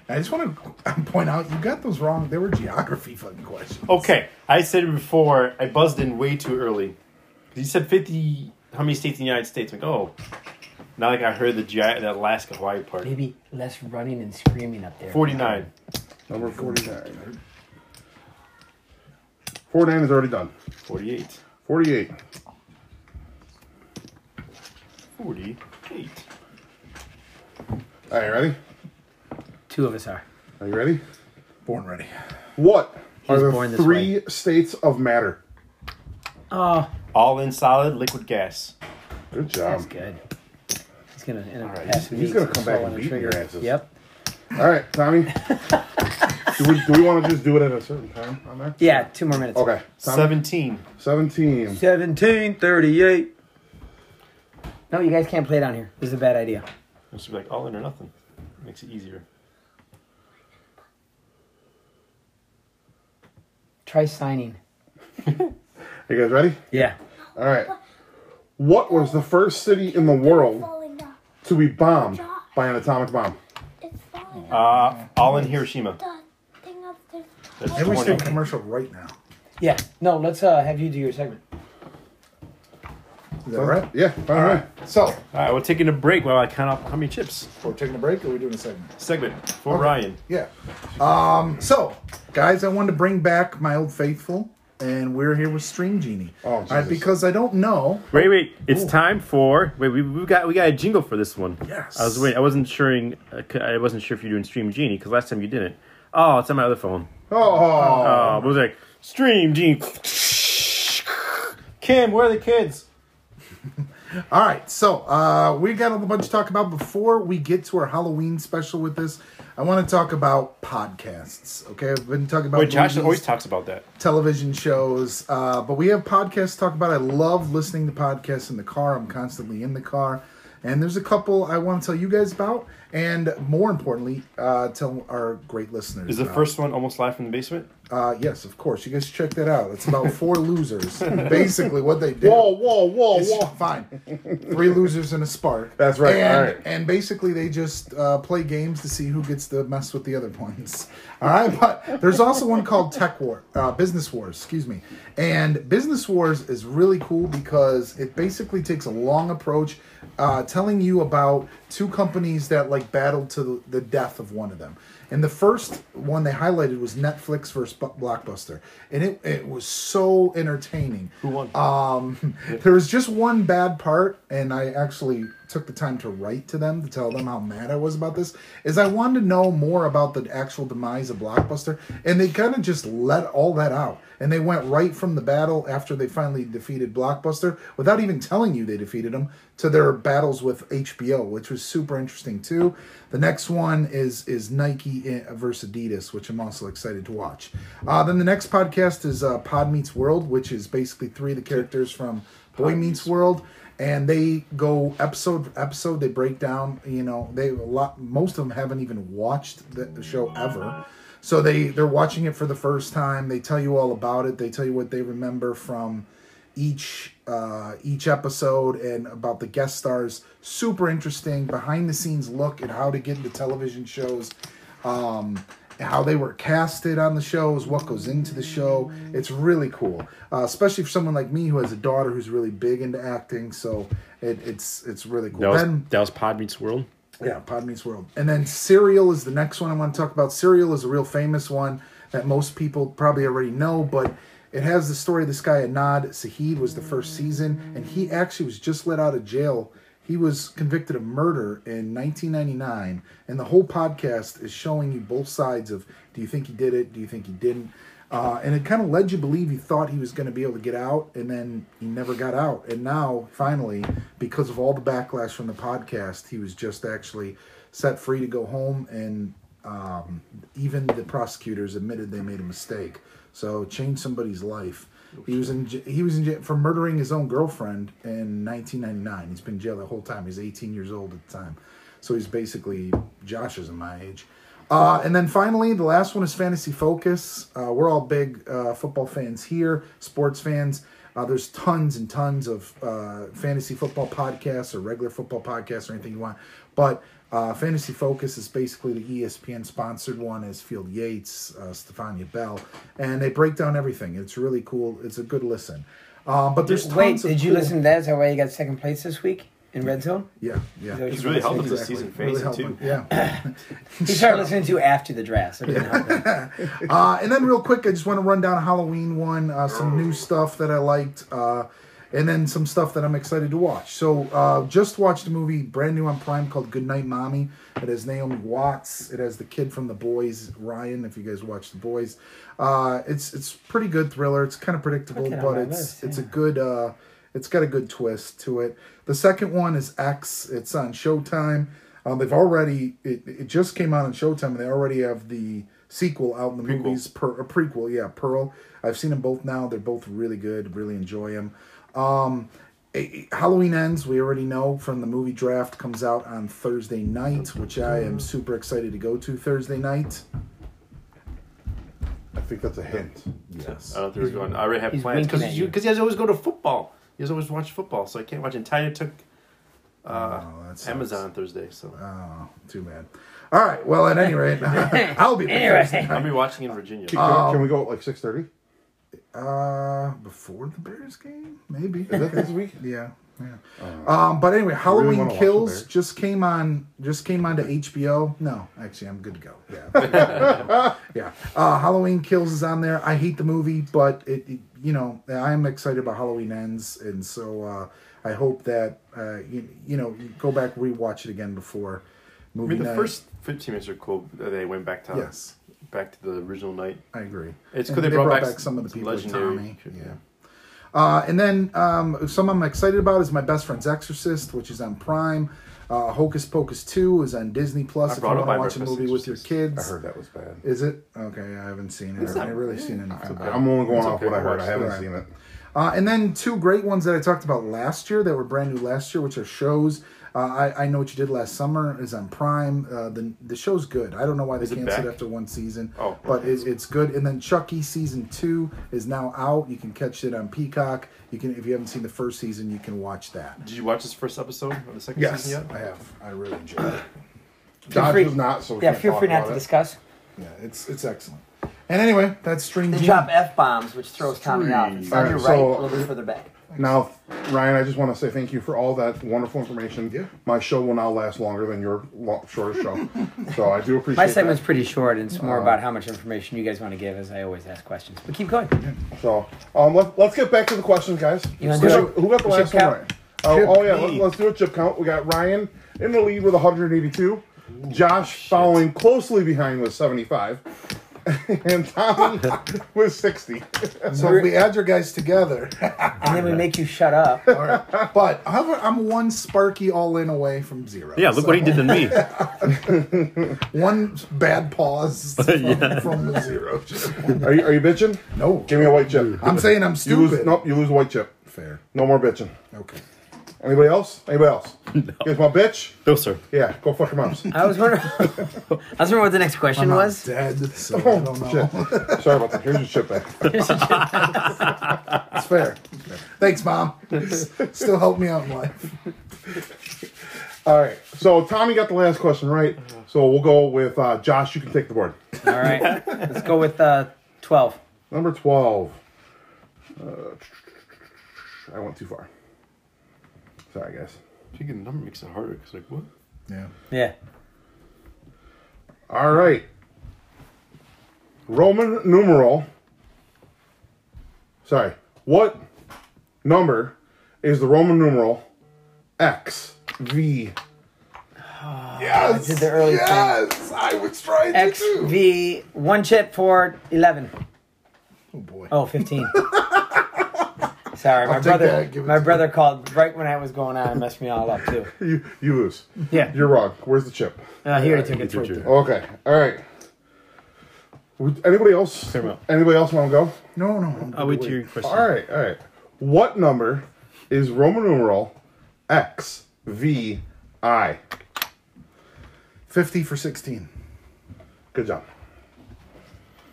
S5: I just want to point out you got those wrong. They were geography fucking questions.
S3: Okay, I said it before. I buzzed in way too early. You said fifty. How many states in the United States? I'm like, oh, not like I heard the G- the Alaska Hawaii part.
S1: Maybe less running and screaming up there.
S3: Forty nine.
S2: Number 49. 49 is already done.
S3: 48.
S2: 48.
S3: 48.
S2: All right, ready?
S1: Two of us are.
S2: Are you ready?
S5: Born ready.
S2: What are
S1: was
S2: the
S1: born this
S2: three states of matter?
S1: Oh,
S3: All in solid liquid gas.
S2: Good
S1: that's
S2: job.
S1: good. He's gonna end up
S3: right,
S1: pass
S2: Um,
S1: me,
S2: he's- he's gonna
S1: so
S2: come
S1: I'm
S2: back and
S1: pulling the
S2: beat your
S1: trigger.
S2: asses.
S1: Yep.
S2: All right, Tommy. do we, do we want to just do it at a certain time on there?
S1: Yeah, two more minutes.
S2: Okay. Tommy,
S3: Seventeen.
S2: 17.
S1: Seventeen thirty-eight. No, you guys can't play down here. This is a bad idea.
S3: It should be like all in or nothing. Makes it easier.
S1: Try signing.
S2: Are you guys ready?
S1: Yeah.
S2: All right. What was the first city in the world
S7: falling down.
S2: to be bombed by an atomic bomb?
S7: It's falling down.
S3: Uh, all in Hiroshima.
S7: The thing up there.
S3: That's
S5: Maybe we should do a
S3: 20.
S5: commercial right now.
S1: Yeah. No, let's uh, have you do your segment.
S5: Is that all right?
S2: Yeah. All
S5: All
S2: right.
S5: right. So,
S3: All right, we're taking a break while I count up how many chips.
S5: we're taking a break or are we doing a segment?
S3: Segment for Ryan.
S5: Yeah. Um, so, guys, I wanted to bring back my old faithful, and we're here with Stream Genie.
S2: Oh,
S5: All right,
S2: Jesus.
S5: because I don't know.
S3: Wait, wait! It's time for wait. We we got we got a jingle for this one.
S5: Yes.
S3: I was waiting. I wasn't sure. I wasn't sure if you're doing Stream Genie because last time you didn't. Oh, it's on my other phone.
S2: Oh,
S3: Oh, it was like Stream Genie. Kim, where are the kids?
S5: All right, so uh, we got a bunch to talk about before we get to our Halloween special with this. I want to talk about podcasts. Okay, I've been talking about
S3: Wait, Josh
S5: movies,
S3: always talks about that.
S5: television shows, uh, but we have podcasts to talk about. I love listening to podcasts in the car. I'm constantly in the car, and there's a couple I want to tell you guys about, and more importantly, uh, tell our great listeners.
S3: Is the
S5: about-
S3: first one almost live from the basement?
S5: Uh, yes, of course. You guys check that out. It's about four losers. Basically, what they did.
S2: Whoa, whoa, whoa,
S5: It's
S2: whoa.
S5: fine. Three losers and a spark.
S2: That's right,
S5: And,
S2: all right.
S5: and basically, they just uh, play games to see who gets to mess with the other ones. All right, but there's also one called Tech War, uh, Business Wars. Excuse me. And Business Wars is really cool because it basically takes a long approach, uh, telling you about two companies that like battled to the death of one of them. And the first one they highlighted was Netflix versus Bu- Blockbuster, and it, it was so entertaining. Who won? Um, there was just one bad part, and I actually took the time to write to them to tell them how mad I was about this. Is I wanted to know more about the actual demise of Blockbuster, and they kind of just let all that out, and they went right from the battle after they finally defeated Blockbuster without even telling you they defeated them to their battles with HBO, which was super interesting too. The next one is is Nike uh, versus Adidas, which I'm also excited to watch. Uh, then the next podcast is uh, Pod Meets World, which is basically three of the characters from Boy Meets World, and they go episode for episode. They break down, you know, they a lot. Most of them haven't even watched the the show ever. So they they're watching it for the first time. They tell you all about it. They tell you what they remember from each uh, each episode and about the guest stars. Super interesting behind the scenes look at how to get into television shows, um, how they were casted on the shows, what goes into the show. It's really cool, uh, especially for someone like me who has a daughter who's really big into acting. So it, it's it's really cool.
S3: That was,
S5: Then-
S3: that was Pod Meets World.
S5: yeah, Pod Meets World. And then Serial is the next one I want to talk about. Serial is a real famous one that most people probably already know, but it has the story of this guy, Anad Sahid, was the first season, and he actually was just let out of jail. He was convicted of murder in 1999, and the whole podcast is showing you both sides of do you think he did it, do you think he didn't? Uh, and it kind of led you to believe he thought he was going to be able to get out, and then he never got out. And now, finally, because of all the backlash from the podcast, he was just actually set free to go home. And um, even the prosecutors admitted they made a mistake, so it changed somebody's life. He was in j- he was in jail for murdering his own girlfriend in 1999. He's been in jail the whole time. He's 18 years old at the time, so he's basically Josh isn't my age. Uh, and then finally, the last one is Fantasy Focus. Uh, we're all big uh, football fans here, sports fans. Uh, there's tons and tons of uh, fantasy football podcasts or regular football podcasts or anything you want. But uh, Fantasy Focus is basically the E ESPN sponsored one, as Field Yates, uh, Stefania Bell, and they break down everything. It's really cool. It's a good listen. Um, but there's tons
S1: Wait,
S5: of
S1: did you
S5: cool-
S1: listen to that? Is that why you got second place this week in Red Zone?
S5: Yeah, yeah.
S1: Is
S3: It's really helping this
S5: Exactly.
S3: season
S5: Really
S3: phase
S5: helping.
S3: too.
S5: Yeah.
S1: He started listening to after the draft. So it didn't help him.
S5: Uh, and then real quick, I just want to run down a Halloween one, uh, some new stuff that I liked, uh, and then some stuff that I'm excited to watch. So uh, just watched a movie brand new on Prime called Goodnight Mommy. It has Naomi Watts. It has the kid from The Boys, Ryan. If you guys watch The Boys, uh, it's it's pretty good thriller. It's kind of predictable,
S1: it on
S5: but
S1: my
S5: it's
S1: list,
S5: it's a good. Uh, it's got a good twist to it. The second one is X. It's on Showtime. Um, they've already it, it just came out on Showtime, and they already have the sequel out in the movies. Per, a prequel, yeah, Pearl. I've seen them both now. They're both really good. Really enjoy them. Um, eh, eh, Halloween ends. We already know from the movie draft comes out on Thursday night, which I am super excited to go to Thursday night.
S2: I think that's a hint.
S5: Yes.
S3: I don't think we're going. I already have
S1: he's
S3: plans
S1: winking
S3: because
S1: at
S3: you
S1: you.
S3: because you guys always go to football. You guys always watch football, so I can't watch. Entire took uh,
S5: Oh, that sucks.
S3: Amazon Thursday, so
S5: Oh, too bad. All right. Well, at any rate, I'll be there
S1: Anyway.
S5: Thursday night.
S3: I'll be watching in Virginia.
S2: Can, can we go at like six thirty?
S5: Uh, before the Bears game, maybe.
S2: Is that this week? Oh.
S5: yeah, yeah. um, but anyway, Halloween
S2: wanna watch the
S5: Kills
S2: Bears.
S5: just came on. Just came on to HBO. No, actually, I'm good to go. Yeah, yeah. Uh, Halloween Kills is on there. I hate the movie, but it, it- you know, I'm excited about Halloween Ends, and so uh, I hope that uh, you, you know, you go back rewatch it again before
S3: I
S5: movie
S3: mean, the
S5: night.
S3: first fifteen minutes are cool. uh, They went back to
S5: Yes.
S3: back to the original night.
S5: I agree.
S3: It's
S5: And
S3: because they, brought, back,
S5: some of the people. like
S3: legendary-
S5: Tommy. Yeah. Uh, and then um, some I'm excited about is my best friend's Exorcist, which is on Prime. Uh, Hocus Pocus Two is on Disney Plus.
S3: I
S5: If you
S3: brought up
S5: want to
S3: my
S5: watch a
S3: Best
S5: movie with your
S3: Exorcist.
S5: kids,
S2: I heard that was bad.
S5: is it okay? I haven't seen it. I haven't really seen enough about it.
S2: I'm only going off
S3: okay,
S2: what I
S3: it
S2: heard.
S3: works.
S2: I haven't
S5: Alright.
S2: seen it.
S5: Uh, and then two great ones that I talked about last year that were brand new last year, which are shows. Uh, I, I know what you did last summer is on Prime. Uh, the the show's good. I don't know why they
S3: it
S5: canceled
S3: back?
S5: after one season.
S3: Oh.
S5: but it, it's good. And then Chucky season two is now out. You can catch it on Peacock. You can if you haven't seen the first season, you can watch that.
S3: Did you watch this first episode of the second
S5: Yes,
S3: season
S5: I have. I really enjoyed it.
S2: Josh
S6: free-
S2: is not, so we
S6: Yeah,
S2: can't
S6: feel
S2: talk
S6: free not
S2: about
S6: to
S2: it.
S6: discuss.
S5: Yeah, it's it's excellent. And anyway, that's string.
S6: They
S5: G.
S6: drop f bombs, which throws Tommy off. It's on
S2: Alright,
S6: your right,
S2: so-
S6: a little bit further back.
S2: Now, Ryan, I just want to say thank you for all that wonderful information.
S5: Yeah.
S2: My show will now last longer than your lo- shorter show. so I do appreciate
S1: My segment's pretty short, and it's more about how much information you guys want to give, as I always ask questions. But keep going.
S2: that. So um, let, let's get back to the questions, guys.
S1: You
S2: who,
S1: wanna do
S2: got,
S1: it?
S2: who got the
S1: Chip
S2: last one
S1: count?
S2: right? Oh, oh, yeah,
S3: Chip
S2: let's,
S3: lead.
S2: let's do a chip count. We got Ryan in the lead with 182, Josh following closely behind with 75, and Tommy with 60.
S5: So if we add your guys together.
S6: And then we make you shut up.
S5: All right. But however, I'm one Sparky all in away from zero.
S3: Yeah, look what he did to me.
S5: One bad pause from, from the zero.
S2: Are you, are you bitching?
S5: No,
S2: Give me a white chip.
S5: I'm saying
S2: You
S5: I'm
S2: lose,
S5: stupid.
S2: nope, you lose a white chip.
S5: Fair.
S2: No more bitching.
S5: Okay.
S2: Anybody else? Anybody else? Here's my bitch.
S3: No, sir.
S2: Yeah, go fuck your moms.
S1: I was wondering. I was wondering what the next question
S5: I'm
S1: was.
S5: dead, so I don't
S2: Oh,
S5: know.
S2: shit. Sorry about that. Here's your chip back.
S5: It's fair. Thanks, mom. Still help me out in life.
S2: All right. So Tommy got the last question right.
S1: Uh-huh.
S2: So we'll go with uh, Josh. You can take the board.
S1: All right, let's go with uh, twelve.
S2: Number 12. Uh, I went too far. Sorry, guys.
S3: Picking the number makes it harder. It's like, what?
S5: Yeah.
S1: Yeah.
S2: All right. Roman numeral. Sorry. What number is the Roman numeral X V?
S5: Yes.
S6: did the early thing.
S5: yes. I was trying to do.
S1: XV one chip for eleven.
S5: Oh boy.
S1: Oh, 15. Sorry, my
S5: take
S1: brother.
S5: that, give it
S1: my
S5: to
S1: brother called right when I was going on and messed me all up too.
S2: You, you lose.
S1: Yeah.
S2: You're wrong. Where's the chip?
S1: Uh, here it took it.
S3: Did you?
S2: Okay. All right. Would anybody else?
S3: Clear 'em out.
S2: Anybody else want to go?
S5: No, no. I'm
S6: Oh.
S3: I'll wait
S5: good to
S3: to your question.
S2: All right. All right. What number is Roman numeral X V I?
S5: Fifty for sixteen.
S2: Good job.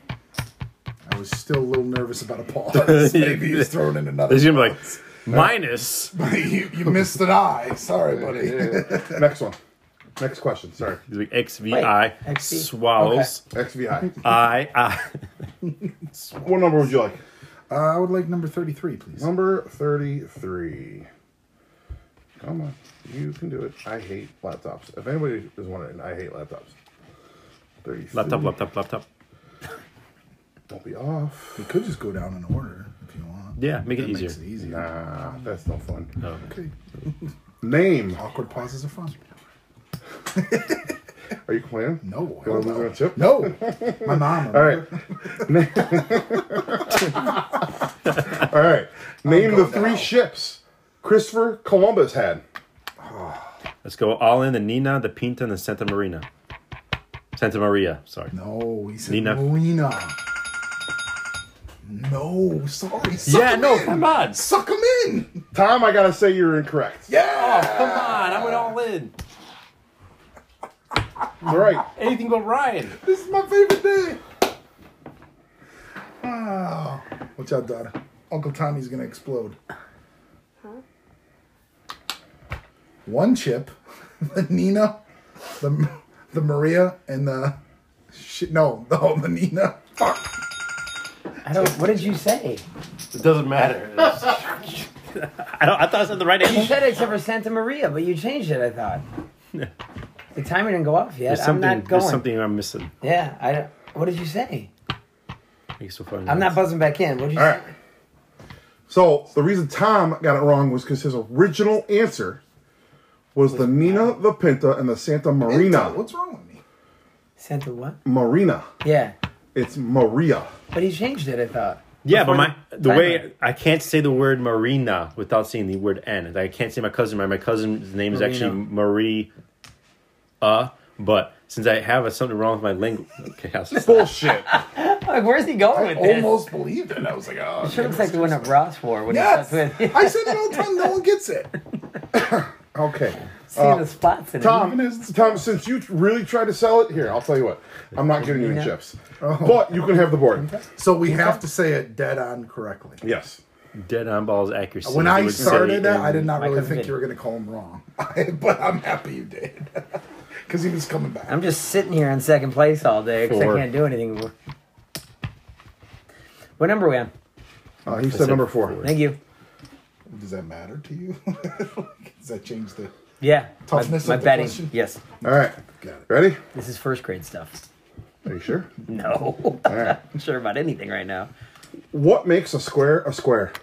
S5: I was still a little nervous about a pause. Maybe he's throwing in another.
S3: He's gonna be like minus.
S5: you, you missed an eye. Sorry, buddy.
S2: Next one. Next question. Sorry.
S3: He's like XVI
S1: XV.
S3: swallows
S2: X V I.
S3: I I.
S2: What number would you like?
S5: Uh, I would like number 33, please.
S2: Number thirty-three. Come on, you can do it. I hate laptops. If anybody is wondering, I hate laptops. Thirty-three.
S3: Laptop, laptop, laptop.
S2: Don't be off.
S5: You could just go down in order if you want.
S3: Yeah, make it
S5: That
S3: easier.
S5: makes it easier.
S2: Nah, that's no fun.
S5: Okay.
S2: Name.
S5: Awkward pauses are fun.
S2: Are you complaining?
S5: No.
S2: You want to lose on a chip?
S5: No. My mom.
S2: All right. All right. Name the three ships Christopher Columbus had.
S3: Let's go all in the Nina, the Pinta, and the Santa Marina. Santa Maria, sorry.
S5: No, he said
S3: Nina.
S5: Nina. No, sorry. Suck
S3: Yeah,
S5: him
S3: no,
S5: in.
S3: come on.
S5: Suck him in.
S2: Tom, I gotta say you're incorrect.
S5: Yeah.
S3: Oh, Come on, I went all in.
S2: All right.
S3: Anything but Ryan.
S5: This is my favorite day. Wow. Watch out, daughter. Uncle Tommy's going to explode. One chip, the Nina, the the Maria, and the shit. No, no, the Nina. Fuck.
S6: I don't. What did you say?
S3: It doesn't matter. I, don't, I thought I said the right
S6: You
S3: answer.
S6: said except for Santa Maria, but you changed it. I thought. The timer didn't go off yet.
S3: There's
S6: I'm
S3: something,
S6: not going.
S3: there's something I'm missing.
S6: Yeah. I don't. What did you say?
S3: Makes so fun.
S6: I'm not buzzing back in. What did you
S2: All
S6: say?
S2: right. So the reason Tom got it wrong was because his original answer was the Nina, the Pinta, and the Santa Marina.
S5: What's wrong with me?
S6: Santa what?
S2: Marina.
S6: Yeah.
S2: It's Maria.
S6: But he changed it. I thought.
S3: Yeah,
S6: Before
S3: but my
S6: the
S3: the
S6: timer.
S3: way I can't say the word Marina without saying the word N. I can't say my cousin. My my cousin's name is actually Marie. Uh, but since I have something wrong with my language, okay, I'll stop.
S2: Bullshit.
S6: Like, where's he going
S5: I
S6: with this?
S5: almost believed it. I was like, oh.
S6: Sure looks like the one that Ross wore when
S5: Yes.
S6: he stuck with.
S5: I said it all the time. No one gets it.
S2: Okay.
S1: See the spots in it.
S2: Tom, Tom, since you really tried to sell it, here, I'll tell you what. I'm not getting you any chips.
S5: Oh.
S2: But you can have the board.
S5: So we have to say it dead on correctly.
S2: Yes.
S3: Dead on balls accuracy.
S5: When
S3: they
S5: I
S3: would say
S5: started that,
S3: in-
S5: I did not really
S1: could've
S5: think
S1: been-
S5: you were going to call him wrong, but I'm happy you did because he was coming back.
S1: I'm just sitting here in second place all day because I
S3: Four.
S1: can't do anything. more. What number are we on?
S2: Uh, he said number four.
S1: Thank you.
S5: Does that matter to you? Does that change the?
S1: Yeah. my-
S5: Toughness
S1: my,
S5: of the
S1: betting.
S5: question?
S1: Yes.
S2: All right.
S5: Got it.
S2: Ready?
S1: This is first grade stuff.
S2: Are you sure?
S1: No.
S2: All right.
S1: I'm sure about anything right now.
S2: What makes a square a square?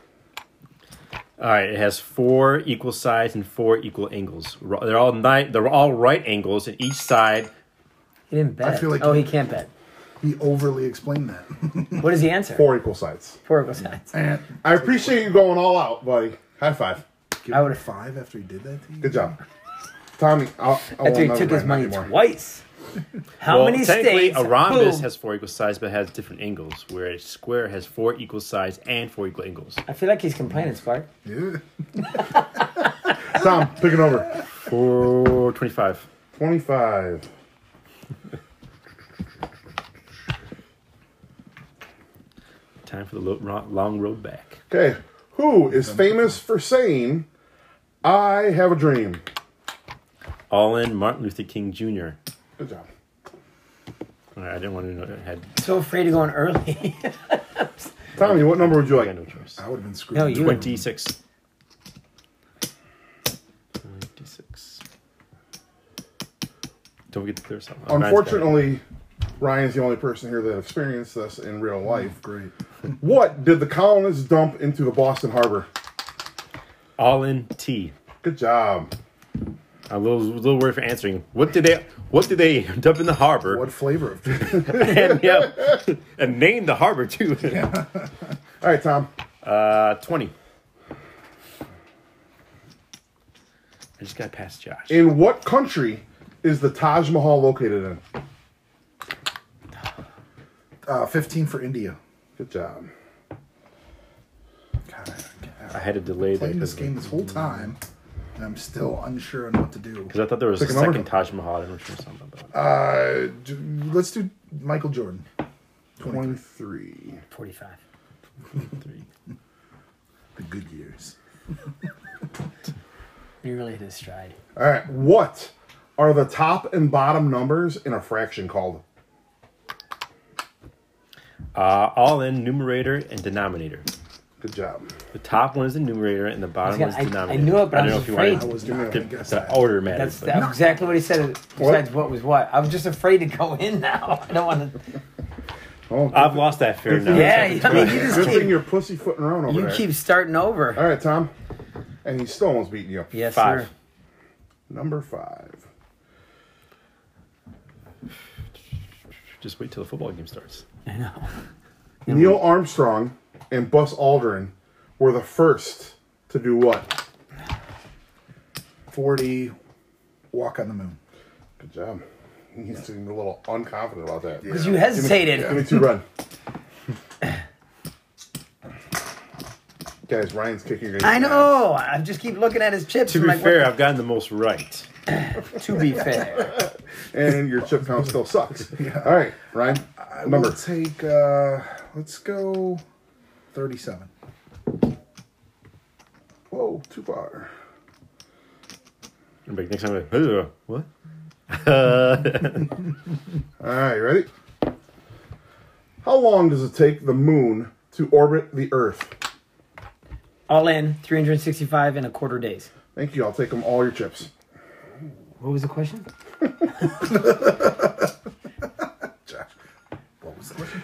S3: All right, it has four equal sides and four equal angles. Ro- They're all nine. They're all right angles, and each side.
S1: He didn't bet.
S5: feel like-
S1: oh, he can't bet.
S5: He overly explained that.
S1: What is the answer?
S2: Four equal sides.
S1: Four equal sides.
S5: and
S2: I appreciate you going all out, buddy. High five.
S5: give
S1: I
S5: I
S1: would've-
S5: would five after he did that to you.
S2: Good job. Tommy, I'll, I won't
S1: After he
S2: ever
S1: took his
S2: brag
S1: money
S2: anymore.
S1: twice. How many
S3: technically,
S1: states?
S3: a rhombus
S1: Boom.
S3: has four equal sides, but has different angles. Where a square has four equal sides and four equal angles.
S1: I feel like he's complaining, Spark.
S5: Yeah.
S2: Tom, pick it over.
S3: Four twenty-five.
S2: 25.
S3: Time for the lo- ro- long road back.
S2: Okay. Who is famous for saying, I have a dream?
S3: All in Martin Luther King Jr.
S2: Good job.
S3: All right, I didn't want to know. I had
S1: So afraid of going early.
S2: Tommy, what number would you
S3: I
S2: like?
S3: had no choice.
S5: I would have been screwed.
S1: no, you.
S3: Twenty-six. Twenty-six. Don't forget the third side. Oh, mine's better.
S2: Unfortunately, Ryan's the only person here that experienced this in real life.
S5: Great.
S2: What did the colonists dump into the Boston Harbor?
S3: all in T.
S2: Good job.
S3: A little little word for answering. What did they what did they dump in the harbor?
S5: What flavor of drink?
S3: and yeah, and name the harbor too.
S2: All right, Tom.
S3: Uh, twenty. I just got past Josh.
S2: In what country is the Taj Mahal located in?
S5: Uh, Fifteen for India.
S2: Good job.
S5: God, I-
S3: I had to delay that
S5: playing this
S3: because
S5: game this whole time, and I'm still unsure on what to do.
S3: I thought there was a
S2: Pick a number.
S3: second Taj Mahal. I don't know something about. it.
S5: Uh, do- let's do Michael Jordan. 20,
S2: 23.
S1: 45.
S3: Three.
S5: the good years.
S1: He really hit his stride.
S2: All right. What are the top and bottom numbers in a fraction called?
S3: Uh, all in numerator and denominator.
S2: Good job.
S3: The top one is the numerator and the bottom
S1: I
S3: one
S1: was
S3: is
S1: gonna- I- I
S3: denominator.
S1: knew it, but I
S3: don't
S1: was
S3: know if you wanted
S5: I
S1: afraid.
S5: was not
S3: to-
S5: going to guess
S3: the
S5: that.
S3: order matters.
S1: That's
S3: but-
S1: that- exactly what he said. Besides, what? was what? I was just afraid to go in now. I don't want to.
S2: Oh,
S3: I've lost that fear now.
S1: Yeah, I mean, you just
S2: good thing
S1: keep,
S2: you're pussyfooting around over
S1: you
S2: there.
S1: keep starting over.
S2: All right, Tom. And he's still almost beating you.
S1: Yes,
S3: Five.
S1: sir.
S2: Number five.
S3: Just wait till the football game starts.
S1: I know.
S2: Neil Armstrong and Buzz Aldrin were the first to do what?
S5: 40, walk on the moon.
S2: Good job. He's seeming a little unconfident about that.
S1: Because you hesitated.
S2: Give me two run. Guys, Ryan's kicking your
S1: I know. I just keep looking at his chips.
S3: To
S1: I'm
S3: be
S1: like, what
S3: fair, I've gotten the most right.
S1: the- to be fair.
S2: And your chip count still sucks. All right, Ryan. Number.
S5: We'll take, uh, let's go 37.
S2: Whoa, too far.
S3: I'm like, next time, I'm like, "Ugh, what?
S2: All right, you ready? How long does it take the moon to orbit the Earth?
S1: All in, 365 and a quarter days.
S2: Thank you. I'll take them all your chips.
S1: What was the question?
S5: What was the question?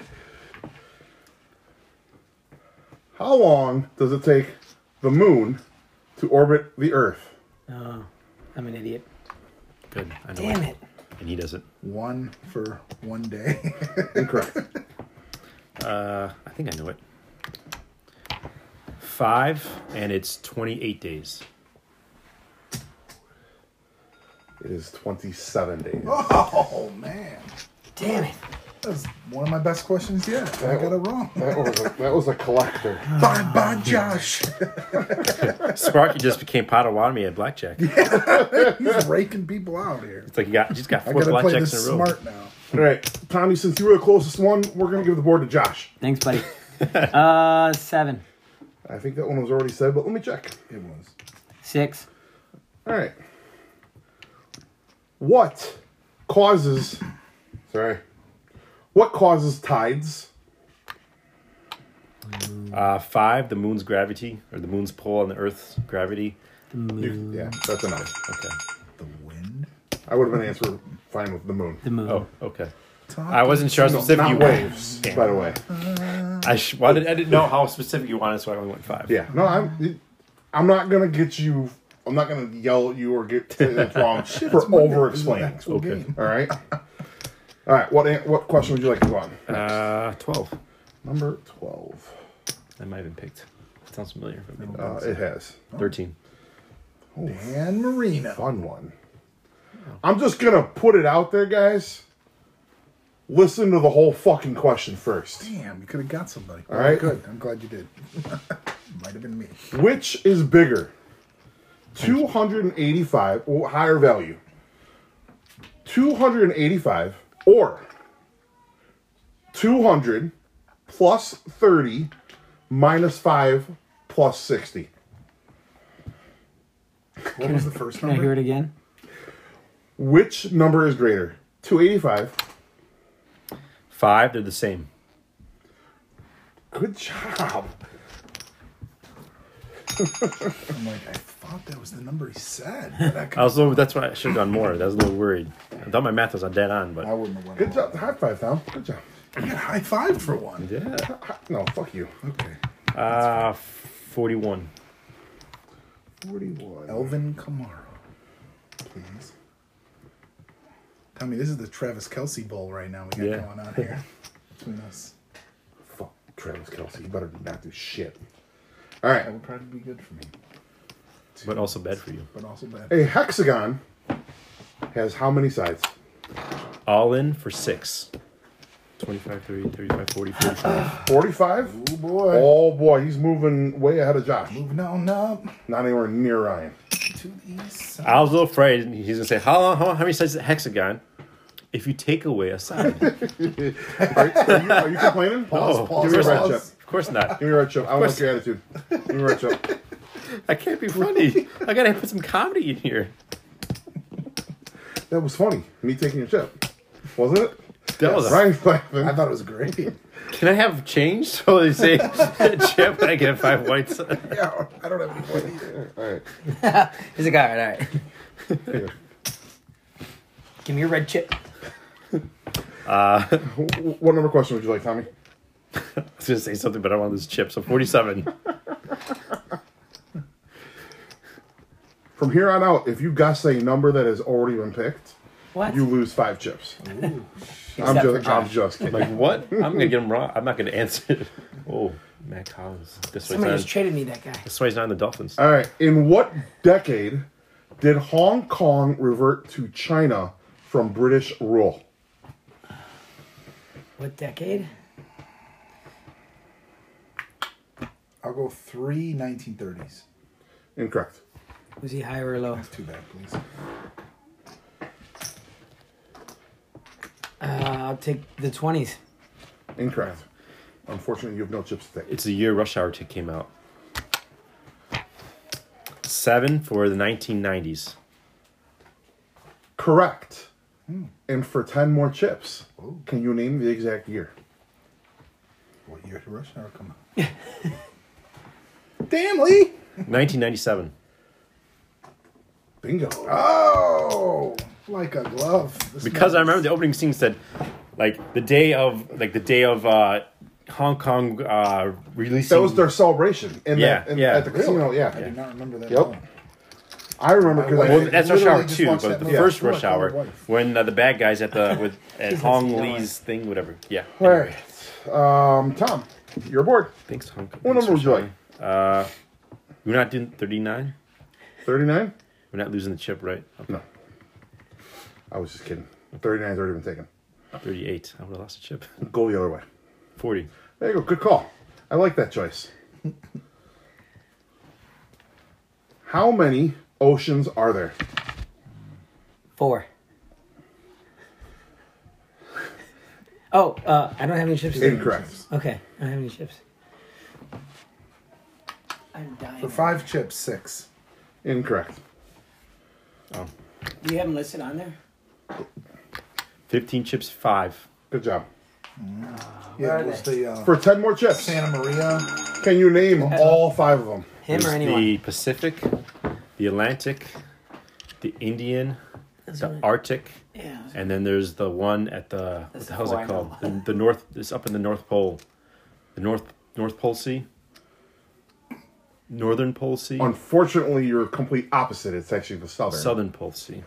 S2: How long does it take the moon to orbit the Earth?
S1: Oh, I'm an idiot.
S3: Good. I know
S1: Damn it.
S3: And he doesn't.
S5: One for one day.
S2: Incorrect.
S3: Uh, I think I know it. Five, and it's 28 days.
S2: it is 27 days.
S5: oh, man.
S1: Damn it.
S5: That was one of my best questions yet. I got it wrong.
S2: That was a, that was a collector.
S5: Bye bye, Josh.
S3: Sparky just became Potawatomi at blackjack. It's
S5: He's raking people out here.
S3: like he got he's got
S5: I
S3: four
S5: gotta play
S3: blackjacks
S5: this
S3: in a row.
S5: smart now.
S2: All right, Tommy, since you were the closest one, we're going to give the board to Josh.
S1: Thanks, buddy. uh, seven,
S2: I think that one was already said, but let me check.
S5: It was.
S1: six.
S2: All right. What causes. Sorry. What causes tides?
S3: Uh, five, the moon's gravity or the moon's pull on the Earth's gravity.
S2: You- yeah, that's enough.
S3: Okay.
S5: The wind.
S2: I would have been answered fine with the moon.
S1: The moon.
S3: Oh, okay.
S5: Top
S3: I wasn't sure how
S2: No,
S3: specific you
S2: not
S3: were.
S2: waves,
S3: Damn.
S2: by the way.
S3: I, sh- well, I, didn't, I didn't know how specific you wanted, so I only went five.
S2: Yeah. No, I'm. I'm not gonna get you. I'm not gonna yell at you or get it wrong for over explaining.
S5: Actual
S3: Okay.
S5: game.
S2: All right. All right. What an- what question would you like to go on?
S3: Uh, twelve.
S2: Number twelve.
S3: I might have been picked. Sounds familiar. if I mean,
S2: Uh, it has
S3: Thirteen.
S5: Dan Marino.
S2: fun one. I'm just gonna put it out there, guys. Listen to the whole fucking question first.
S5: Damn, you could have got somebody. All
S2: right.
S5: good. I'm glad you did. Might have been me.
S2: Which is bigger, 285 or higher value, 285 or 200 plus 30 minus 5 plus 60?
S5: What was the first
S1: Can I
S5: number?
S1: hear it again?
S2: Which number is greater, 285?
S3: Five. They're the same.
S2: Good job.
S5: I'm like, I thought that was the number he said. But I, could,
S3: I was a little, that's why I should have done more. That was a little worried. I thought my math was on dead on,
S5: I
S3: but
S5: wouldn't have went.
S2: Good
S5: all
S2: job. High five, Tom. Good job.
S5: that. I got high five for one.
S3: yeah.
S2: No, fuck you.
S5: Okay.
S3: Uh, forty-one.
S2: 41.
S5: Elvin Kamara, please. Tommy, this is the Travis Kelsey bowl right now we got
S3: Yeah.
S5: going on here between us.
S2: Fuck Travis Kelsey. You better not do shit. All right.
S5: That would probably be good for me,
S3: But also bad for you.
S5: but also bad.
S2: A hexagon has how many sides?
S3: All in for six. 25, 30, 35, 40, 45.
S2: 45?
S5: Oh boy.
S2: Oh boy, he's moving way ahead of Josh.
S5: Moving on up
S2: Not anywhere near Ryan.
S5: to the east side.
S3: I was a little afraid he's going to say, how, long, how, long- how many sides is a hexagon? If you take away a side.
S2: Are, are you, are you complaining?
S3: Oh,
S5: pause,
S2: give me a red
S5: pause.
S2: chip.
S3: Of course not.
S2: Give me a red chip. I want your attitude. Give me a red chip.
S3: I can't be funny. I got to put some comedy in here.
S2: That was funny. Me taking your chip. Wasn't it?
S3: That was a,
S2: Ryan's laughing.
S5: I thought it was great.
S3: can I have change? So they say, Chip, I get five whites.
S5: yeah, I don't have any point either.
S2: All right.
S6: He's like, all right, all right. Give me your red chip.
S2: Wh- wh- What number question would you like, Tommy?
S3: I was going to say something, but I want this chip. So 47.
S2: From here on out, if you guess a number that has already been picked,
S6: What?
S2: you lose five chips. I'm,
S6: Except for
S2: just, I'm
S6: Josh.
S2: just kidding.
S3: Like, what? I'm going to get him wrong. I'm not going to answer it. Oh, Matt Collins. This way.
S6: Somebody just traded me that guy.
S3: That's why he's not in the Dolphins.
S2: All right. In what decade did Hong Kong revert to China from British rule?
S6: What decade?
S5: I'll go three 1930s.
S2: Incorrect.
S6: Was he high or low?
S5: That's too bad, please.
S6: Uh, I'll take the 20s.
S2: Incorrect. Unfortunately, you have no chips to take.
S3: It's the year Rush Hour Tick came out. Seven for the 1990s.
S2: Correct.
S5: Hmm.
S2: And for 10 more chips,
S5: Oh.
S2: can you name the exact year?
S5: What year did Rush Hour come out? Damn, Lee!
S3: 1997.
S2: Bingo. Ah,
S5: Oh, like a glove. This
S3: Because I
S5: man is-
S3: remember the opening scene said, like the day of, like the day of uh, Hong Kong uh, releasing.
S2: that was their celebration. In
S3: Yeah,
S2: that, in,
S3: yeah.
S2: At the casino, yeah.
S5: I do not remember that.
S2: Yep.
S5: at all.
S2: I remember because
S3: Well,
S2: I.
S3: that's Rush
S5: literally
S3: Hour
S5: just
S3: two,
S5: watched
S3: but
S5: that
S3: the
S5: movie.
S3: first
S5: Yeah.
S3: Rush
S5: Oh, I
S3: Hour
S5: called my wife.
S3: when uh, the bad guys at the with at Hong Lee's thing, whatever. Yeah.
S2: All right. Um, Tom, you're aboard.
S3: Thanks, Hong Kong.
S2: What number would you like?
S3: Uh, we're not doing 39.
S2: 39?
S3: We're not losing the chip, right?
S2: No. I was just kidding. 39 has already been taken.
S3: 38. I would have lost the chip.
S2: Go the other way.
S3: 40.
S2: There you go. Good call. I like that choice. How many oceans are there?
S1: Four. Oh, uh, I don't have any chips. today.
S2: Incorrect.
S1: Okay, I don't have any chips. I'm
S5: For
S1: dying.
S5: five chips, six.
S2: Incorrect.
S1: Do you have them listed on there?
S3: 15 chips, five.
S2: Good job.
S5: Yeah, it
S1: are
S5: was
S1: they?
S5: the uh,
S2: For 10 more chips,
S5: Santa Maria.
S2: can you name all five of them?
S1: Him or
S3: There's
S1: anyone?
S3: The Pacific, the Atlantic, the Indian, the Arctic,
S1: yeah.
S3: and then there's the one at the what
S1: That's
S3: the hell's
S1: the
S3: it
S1: four I know.
S3: called? The, the North. It's up in the North Pole, the North North Pole Sea, Northern Pole Sea,
S2: Unfortunately, you're complete opposite. It's actually the southern.
S3: Southern Pole Sea.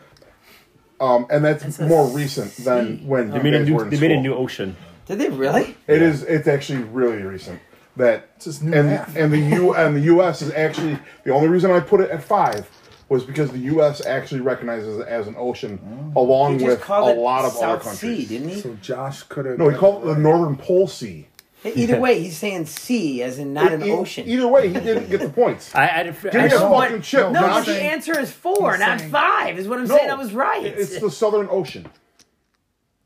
S2: Um, and that's
S1: It's a
S2: more recent than when
S3: They
S2: you
S3: made a
S2: guys were
S3: new.
S2: in
S3: They made a
S2: school.
S3: new ocean.
S6: Did they really?
S2: It is. It's actually really recent. That
S5: just new
S2: and
S5: math.
S2: and the U and the U.S. is actually the only reason I put it at five was because the U.S. actually recognizes it as an ocean, along
S6: He
S2: with
S6: Oh. just
S2: a
S6: called it
S2: lot of
S6: South
S2: other countries.
S6: Sea, didn't he?
S5: So Josh could have.
S2: No, he called it the Northern Pole Sea.
S6: Hey, Either way, he's saying sea, as in not an
S2: E-
S6: ocean.
S2: Either way, he didn't get the points.
S3: I, I,
S2: Give me a
S3: actually-
S5: know.
S2: fucking chip,
S5: No,
S6: no, but
S2: Josh.
S6: the
S5: saying-
S6: answer is four,
S5: I'm
S6: not
S5: saying-
S6: five. Is what I'm
S2: No.
S6: saying. I was right.
S2: It's the Southern Ocean.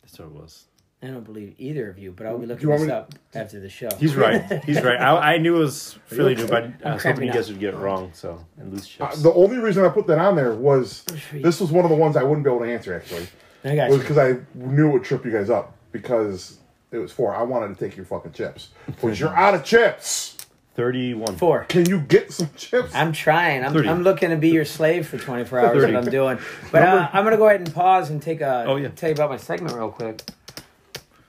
S3: that's what it was.
S1: I don't believe either of you, but I'll be
S2: you
S1: looking
S2: want
S1: this
S2: me to-
S1: up after the show.
S3: He's right. He's right. I, I knew it was Philly new, but I was hoping
S1: cramping
S3: you
S1: up.
S3: guys would get it wrong. So and lose
S2: Uh,
S3: chips.
S2: The only reason I put that on there was
S1: sure you-
S2: this was one of the ones I wouldn't be able to answer actually.
S1: I got
S2: was
S1: you.
S2: because I knew it would trip you guys up because it was four. I wanted to take your fucking chips, but you're out of chips.
S3: Thirty-one.
S1: Four.
S2: Can you get some chips?
S1: I'm trying. I'm,
S3: 30.
S1: I'm looking to be your slave for 24 hours. What
S3: 30.
S1: I'm doing, but uh, I'm gonna go ahead and pause and take a.
S3: Oh, yeah.
S1: Tell you about my segment real quick.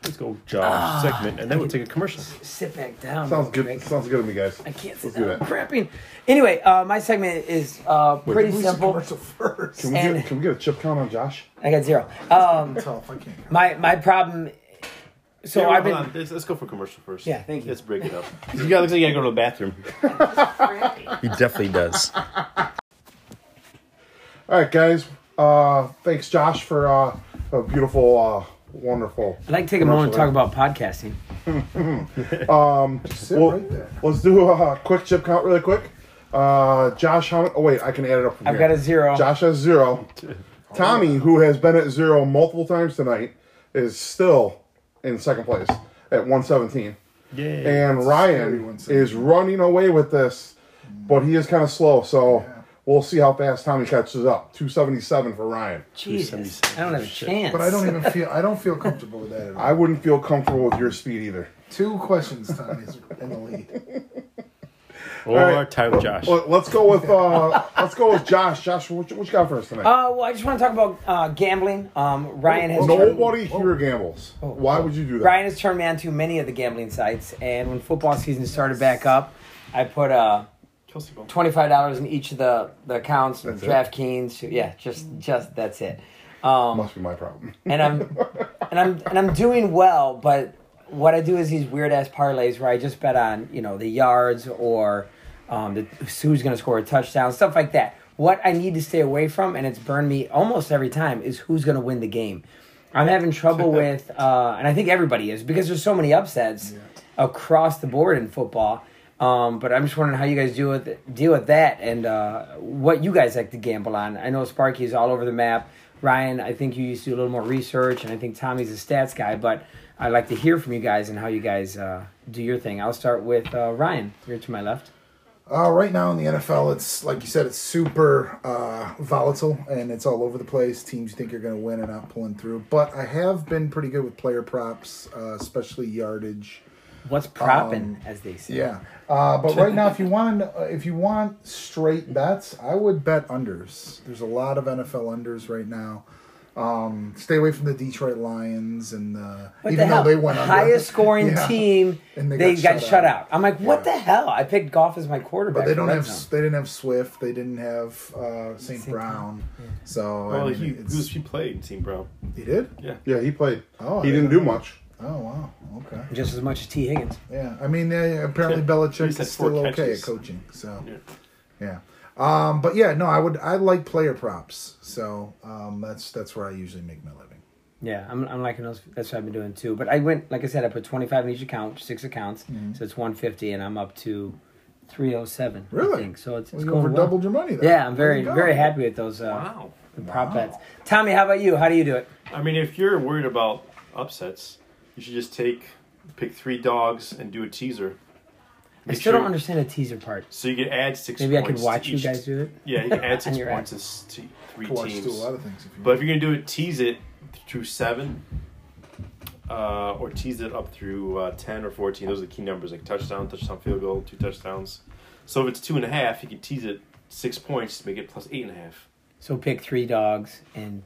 S3: Let's go, Josh.
S1: Ah.
S3: segment, and then we'll take a commercial.
S1: Sit back down.
S2: sounds
S1: real
S2: good.
S1: quick.
S2: Sounds good to me, guys.
S1: I can't sit
S2: Let's do
S1: down. I'm
S2: that.
S1: cramping. Anyway, uh, my segment is uh, pretty
S5: Who's the
S1: simple.
S5: commercial first?
S2: Can we, get,
S1: and-
S2: can we get a chip count on Josh?
S1: I got zero. Um,
S5: Tough, I can't.
S1: my my problem. So I've been.
S3: Let's, let's go for commercial first.
S1: Yeah, thank you.
S3: Let's break it up. you guy looks like you gotta go to the bathroom. he definitely does.
S2: All right, guys. Uh, thanks, Josh, for uh, a beautiful, uh, wonderful.
S1: I'd like to take a moment to talk
S2: commercial
S1: about podcasting.
S5: Sit
S2: there.
S5: right there.
S2: Well, let's do a quick chip count, really quick. Uh, Josh, how many? Oh wait, I can add it up. From
S1: I've
S2: here.
S1: got a zero.
S2: Josh has zero. Tommy, who has been at zero multiple times tonight, is still in second place at 117.
S3: Yeah.
S2: And
S5: scary
S2: Ryan
S5: 117.
S2: is running away with this, but he is kind of slow. So we'll see how fast Tommy catches up. 277 for Ryan.
S1: Jesus, I don't have a chance.
S5: But I don't even feel. I don't feel comfortable with that at all.
S2: I wouldn't feel comfortable with your speed either.
S5: Two questions, Tommy's in the lead.
S3: Or
S2: right.
S3: tie with Josh.
S2: Well, let's go with uh, let's go with Josh. Josh, what, you- what you got for us tonight?
S1: Uh, well, I just want to talk about uh, gambling. Um, Ryan has turned-
S2: Nobody here gambles. Why would you do that?
S1: Ryan has turned me on to many of the gambling sites, and when football season started back up, I put uh, twenty five dollars in each of the, the accounts,
S2: That's it?
S1: DraftKings. Yeah, just just that's it. Um,
S2: Must be my problem.
S1: and I'm and I'm and I'm doing well, but what I do is these weird ass parlays where I just bet on you know the yards or um, the who's going to score a touchdown, stuff like that. What I need to stay away from, and it's burned me almost every time, is who's going to win the game. I'm having trouble with, uh, and I think everybody is because there's so many upsets across the board in football. Um, but I'm just wondering how you guys deal with deal with that and uh, what you guys like to gamble on. I know Sparky is all over the map. Ryan, I think you used to do a little more research, and I think Tommy's a stats guy. But I'd like to hear from you guys and how you guys uh, do your thing. I'll start with uh, Ryan. You're to my left.
S5: Uh, right now in the NFL, it's like you said, it's super uh, volatile and it's all over the place. Teams you think you're going to win are not pulling through. But I have been pretty good with player props, uh, especially yardage.
S1: What's propping, as they say?
S5: Um, Yeah, uh, but right now, if you want, uh, if you want straight bets, I would bet unders. There's a lot of NFL unders right now. Um, stay away from the Detroit Lions and the
S1: What
S5: even
S1: the hell?
S5: though they went under.
S1: highest scoring
S5: Yeah.
S1: team,
S5: And
S1: they,
S5: they got
S1: got,
S5: shut
S1: shut
S5: out.
S1: out. I'm like, what
S5: Yeah.
S1: the hell? I picked golf as my quarterback.
S5: But they
S1: for
S5: don't
S1: red
S5: have
S1: zone.
S5: they didn't have Swift. They didn't have uh, St. Brown. So I
S3: Well,
S5: mean,
S3: he, he
S5: it's-
S3: was, he played in Team Brown.
S5: he did.
S2: Yeah, he played.
S5: Oh,
S2: he
S5: I
S2: didn't do
S5: didn't
S2: much.
S5: Oh wow. Okay.
S1: just as much as T Higgins.
S5: Yeah. I mean, they, apparently
S3: He's
S5: Belichick
S3: had
S5: is
S3: four
S5: still okay at
S3: catches.
S5: coaching. So yeah. Um, but yeah, no, I would I like player props. So um, that's that's where I usually make my living.
S1: Yeah, I'm, I'm liking those. That's what I've been doing too.
S3: Mm-hmm.
S1: But I went, like I said, I put 25 in each account, six accounts, so it's 150, and I'm up to three oh seven.
S5: Really?
S1: I think. So it's,
S5: Well,
S1: it's
S5: you
S1: going
S5: over
S1: well.
S5: doubled your money there.
S1: Yeah, I'm very
S5: There you go.
S1: very happy with those uh,
S3: Wow.
S1: the prop bets. Tommy, how about you? How do you do it?
S3: I mean, if you're worried about upsets, you should just take pick three dogs and do a teaser.
S1: I
S3: Make
S1: still
S3: sure-
S1: don't understand the teaser part.
S3: So you could add six.
S1: Maybe I could
S3: points to
S1: watch you
S3: each-
S1: guys do it.
S3: Yeah, you can add six
S1: On your
S3: points to s- to three
S5: Watch
S3: teams.
S5: do a lot of things. If you
S3: But if you're gonna do it, tease it through seven, uh, or tease it up through uh, ten or fourteen. Those are the key numbers, like touchdown, touchdown, field goal, two touchdowns. So if it's two and a half, you can tease it six points, make it plus eight and a half.
S1: So pick three dogs and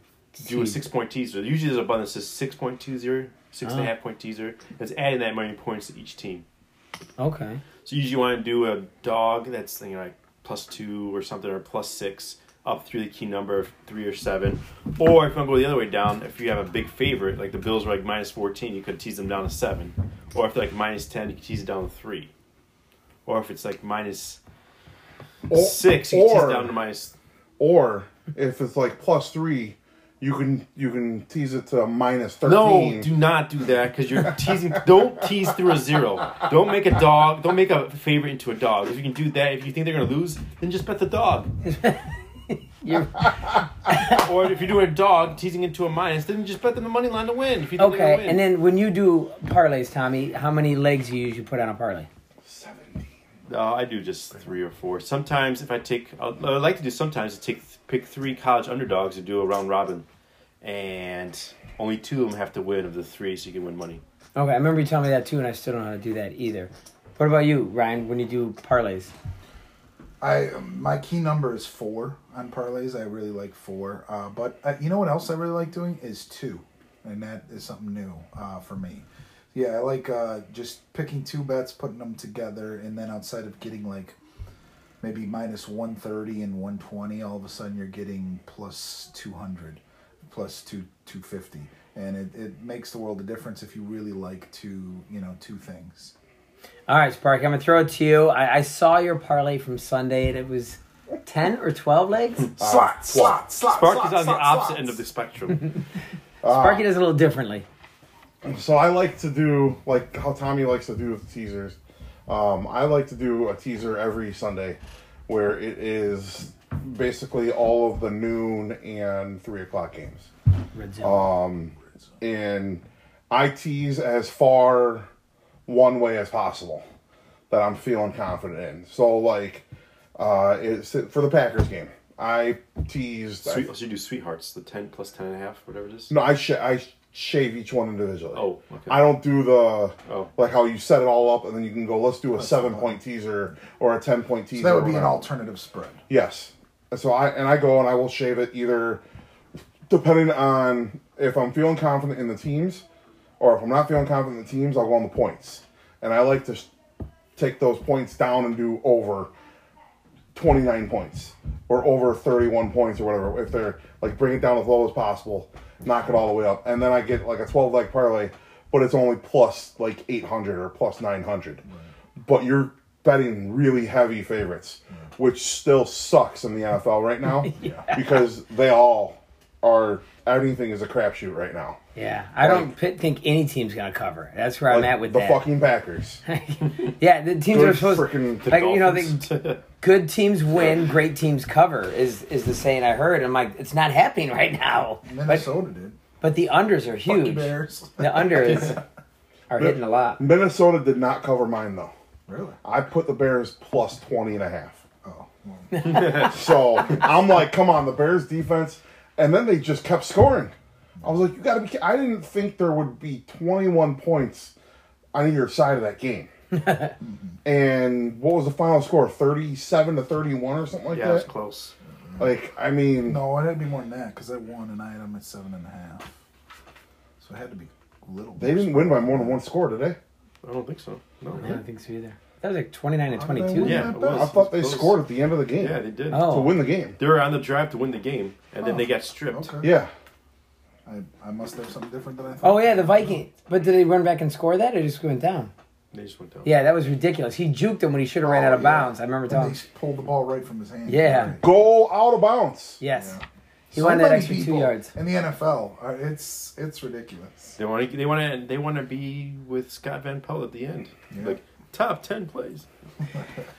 S3: Do a
S1: see.
S3: six point teaser. Usually there's a button that says six point teaser, six and a half
S1: Ah.
S3: point teaser. That's adding that many points to each team.
S1: Okay.
S3: So usually you want to do a dog that's you know, like plus two or something or plus six up through the key number of three or seven. Or if you want to go the other way down, if you have a big favorite, like the Bills were like minus fourteen, you could tease them down to seven. Or if they're like minus ten, you could tease it down to three. Or if it's like minus
S2: Or-
S3: six, you could tease it down to minus
S2: Or if it's like plus three, you can you can tease it to minus
S3: No,
S2: thirteen.
S3: do not do that because you're teasing. Don't tease through a zero. Don't make a dog. Don't make a favorite into a dog. If you can do that, if you think they're gonna lose, then just bet the dog.
S1: You're-
S3: or if you're doing a dog teasing into a minus, then just bet them the money line to win. If you think they're
S1: Okay.
S3: gonna
S1: And
S3: win.
S1: then when you do parlays, Tommy, how many legs you usually put on a parlay?
S2: Seventeen.
S3: Uh, I do just three or four. Sometimes if I take, I I like to do sometimes to take pick three college underdogs and do a round robin, and only two of them have to win of the three, so you can win money.
S1: Okay, I remember you telling me that too, and I still don't know how to do that either. What about you, Ryan? When you do parlays,
S5: I my key number is four on parlays. I really like four. Uh, but uh, you know what else I really like doing is two, and that is something new uh, for me. Yeah, I like uh, just picking two bets, putting them together, and then outside of getting like maybe minus one thirty and one twenty, all of a sudden you're getting plus two hundred, plus two two fifty, and it, it makes the world a difference if you really like two you know two things.
S1: all right, Spark, I'm gonna throw it to you. I, I saw your parlay from Sunday, and it was ten or twelve legs.
S5: Slot, slot, slot.
S3: Spark
S5: slot,
S3: is on the
S5: slot,
S3: opposite
S5: slot.
S3: end of the spectrum.
S2: Ah.
S1: Sparky does it a little differently.
S2: So I like to do like how Tommy likes to do with teasers. Um, I like to do a teaser every Sunday, where it is basically all of the noon and three o'clock games,
S1: Red
S2: Ah.
S1: zone.
S2: and I tease as far one way as possible that I'm feeling confident in. So like, uh, it's for the Packers game. I teased. I-
S3: Sweet, so you do sweethearts, the ten plus ten and a half, whatever it is.
S2: no, I sh- I shave each one individually.
S3: Oh, okay.
S2: I don't do the
S3: Oh.
S2: like how you set it all up and then you can go. Let's do a seven point teaser or a ten point teaser.
S5: So that would be
S2: or
S5: an
S2: whatever.
S5: alternative spread.
S2: Yes. So I and I go and I will shave it either depending on if I'm feeling confident in the teams or if I'm not feeling confident in the teams, I'll go on the points. And I like to s- take those points down and do over 29 points or over 31 points or whatever. If they're like bring it down as low as possible, knock it all the way up. And then I get like a 12 leg parlay, but it's only plus like 800 or plus 900. But you're betting really heavy favorites, which still sucks in the NFL right now because they all are everything is a crapshoot right now.
S1: yeah, I don't pi think any team's gonna cover. That's where I'm
S2: Like,
S1: at with
S2: the
S1: that.
S2: fucking Packers.
S1: yeah, the teams
S2: Good
S1: are supposed
S2: frickin'
S1: like you know
S3: Dolphins.
S1: the good teams win, great teams cover is is the saying I heard. I'm like, it's not happening right now. But,
S5: Minnesota did.
S1: but the unders are
S5: Fuck you,
S1: huge. The
S5: Bears.
S1: unders are hitting a lot.
S2: Minnesota did not cover mine though.
S5: Really?
S2: I put the Bears plus 20 and a half.
S5: Oh. Well,
S2: So I'm like, come on, the Bears defense. And then they just kept scoring. I was like, you got to be ki- I didn't think there would be 21 points on either side of that game. and what was the final score? 37 to 31 or something like
S3: Yeah, it's
S2: that?
S3: close.
S2: Like, I mean,
S5: no, it had to be more than that because I won and I had them at seven and a half. So it had to be a little.
S2: they didn't win by more than one score, did they?
S3: I don't think so. No.
S1: I don't think so either. That was like 29 and
S5: How did they
S1: 22.
S5: win
S3: Yeah,
S5: that
S3: it
S5: bet?
S3: was.
S2: I thought they
S3: Those-
S2: scored at the end of the game
S3: Yeah, they did.
S1: Oh.
S2: to win the game.
S3: They were on the drive to win the game, and then they got stripped.
S5: Okay.
S2: Yeah.
S5: I, I must have something different than I thought.
S1: Oh, yeah, the Vikings. But did they run back and score that or just went down?
S3: They just went down.
S1: Yeah, that was ridiculous. He juked him when he should have
S5: Oh,
S1: ran out of
S5: yeah.
S1: bounds. I remember
S5: And
S1: telling
S5: they pulled the ball right from his hand.
S1: Yeah.
S5: Right.
S2: Goal out of bounds.
S1: Yes.
S5: Yeah.
S1: He
S5: So
S1: wanted that
S5: many
S1: extra two
S5: people
S1: yards.
S5: In the NFL, are- uh, it's it's ridiculous.
S3: They want to. They want to. They want to be with Scott Van Pelt at the end.
S5: Yeah.
S3: Like Top ten plays.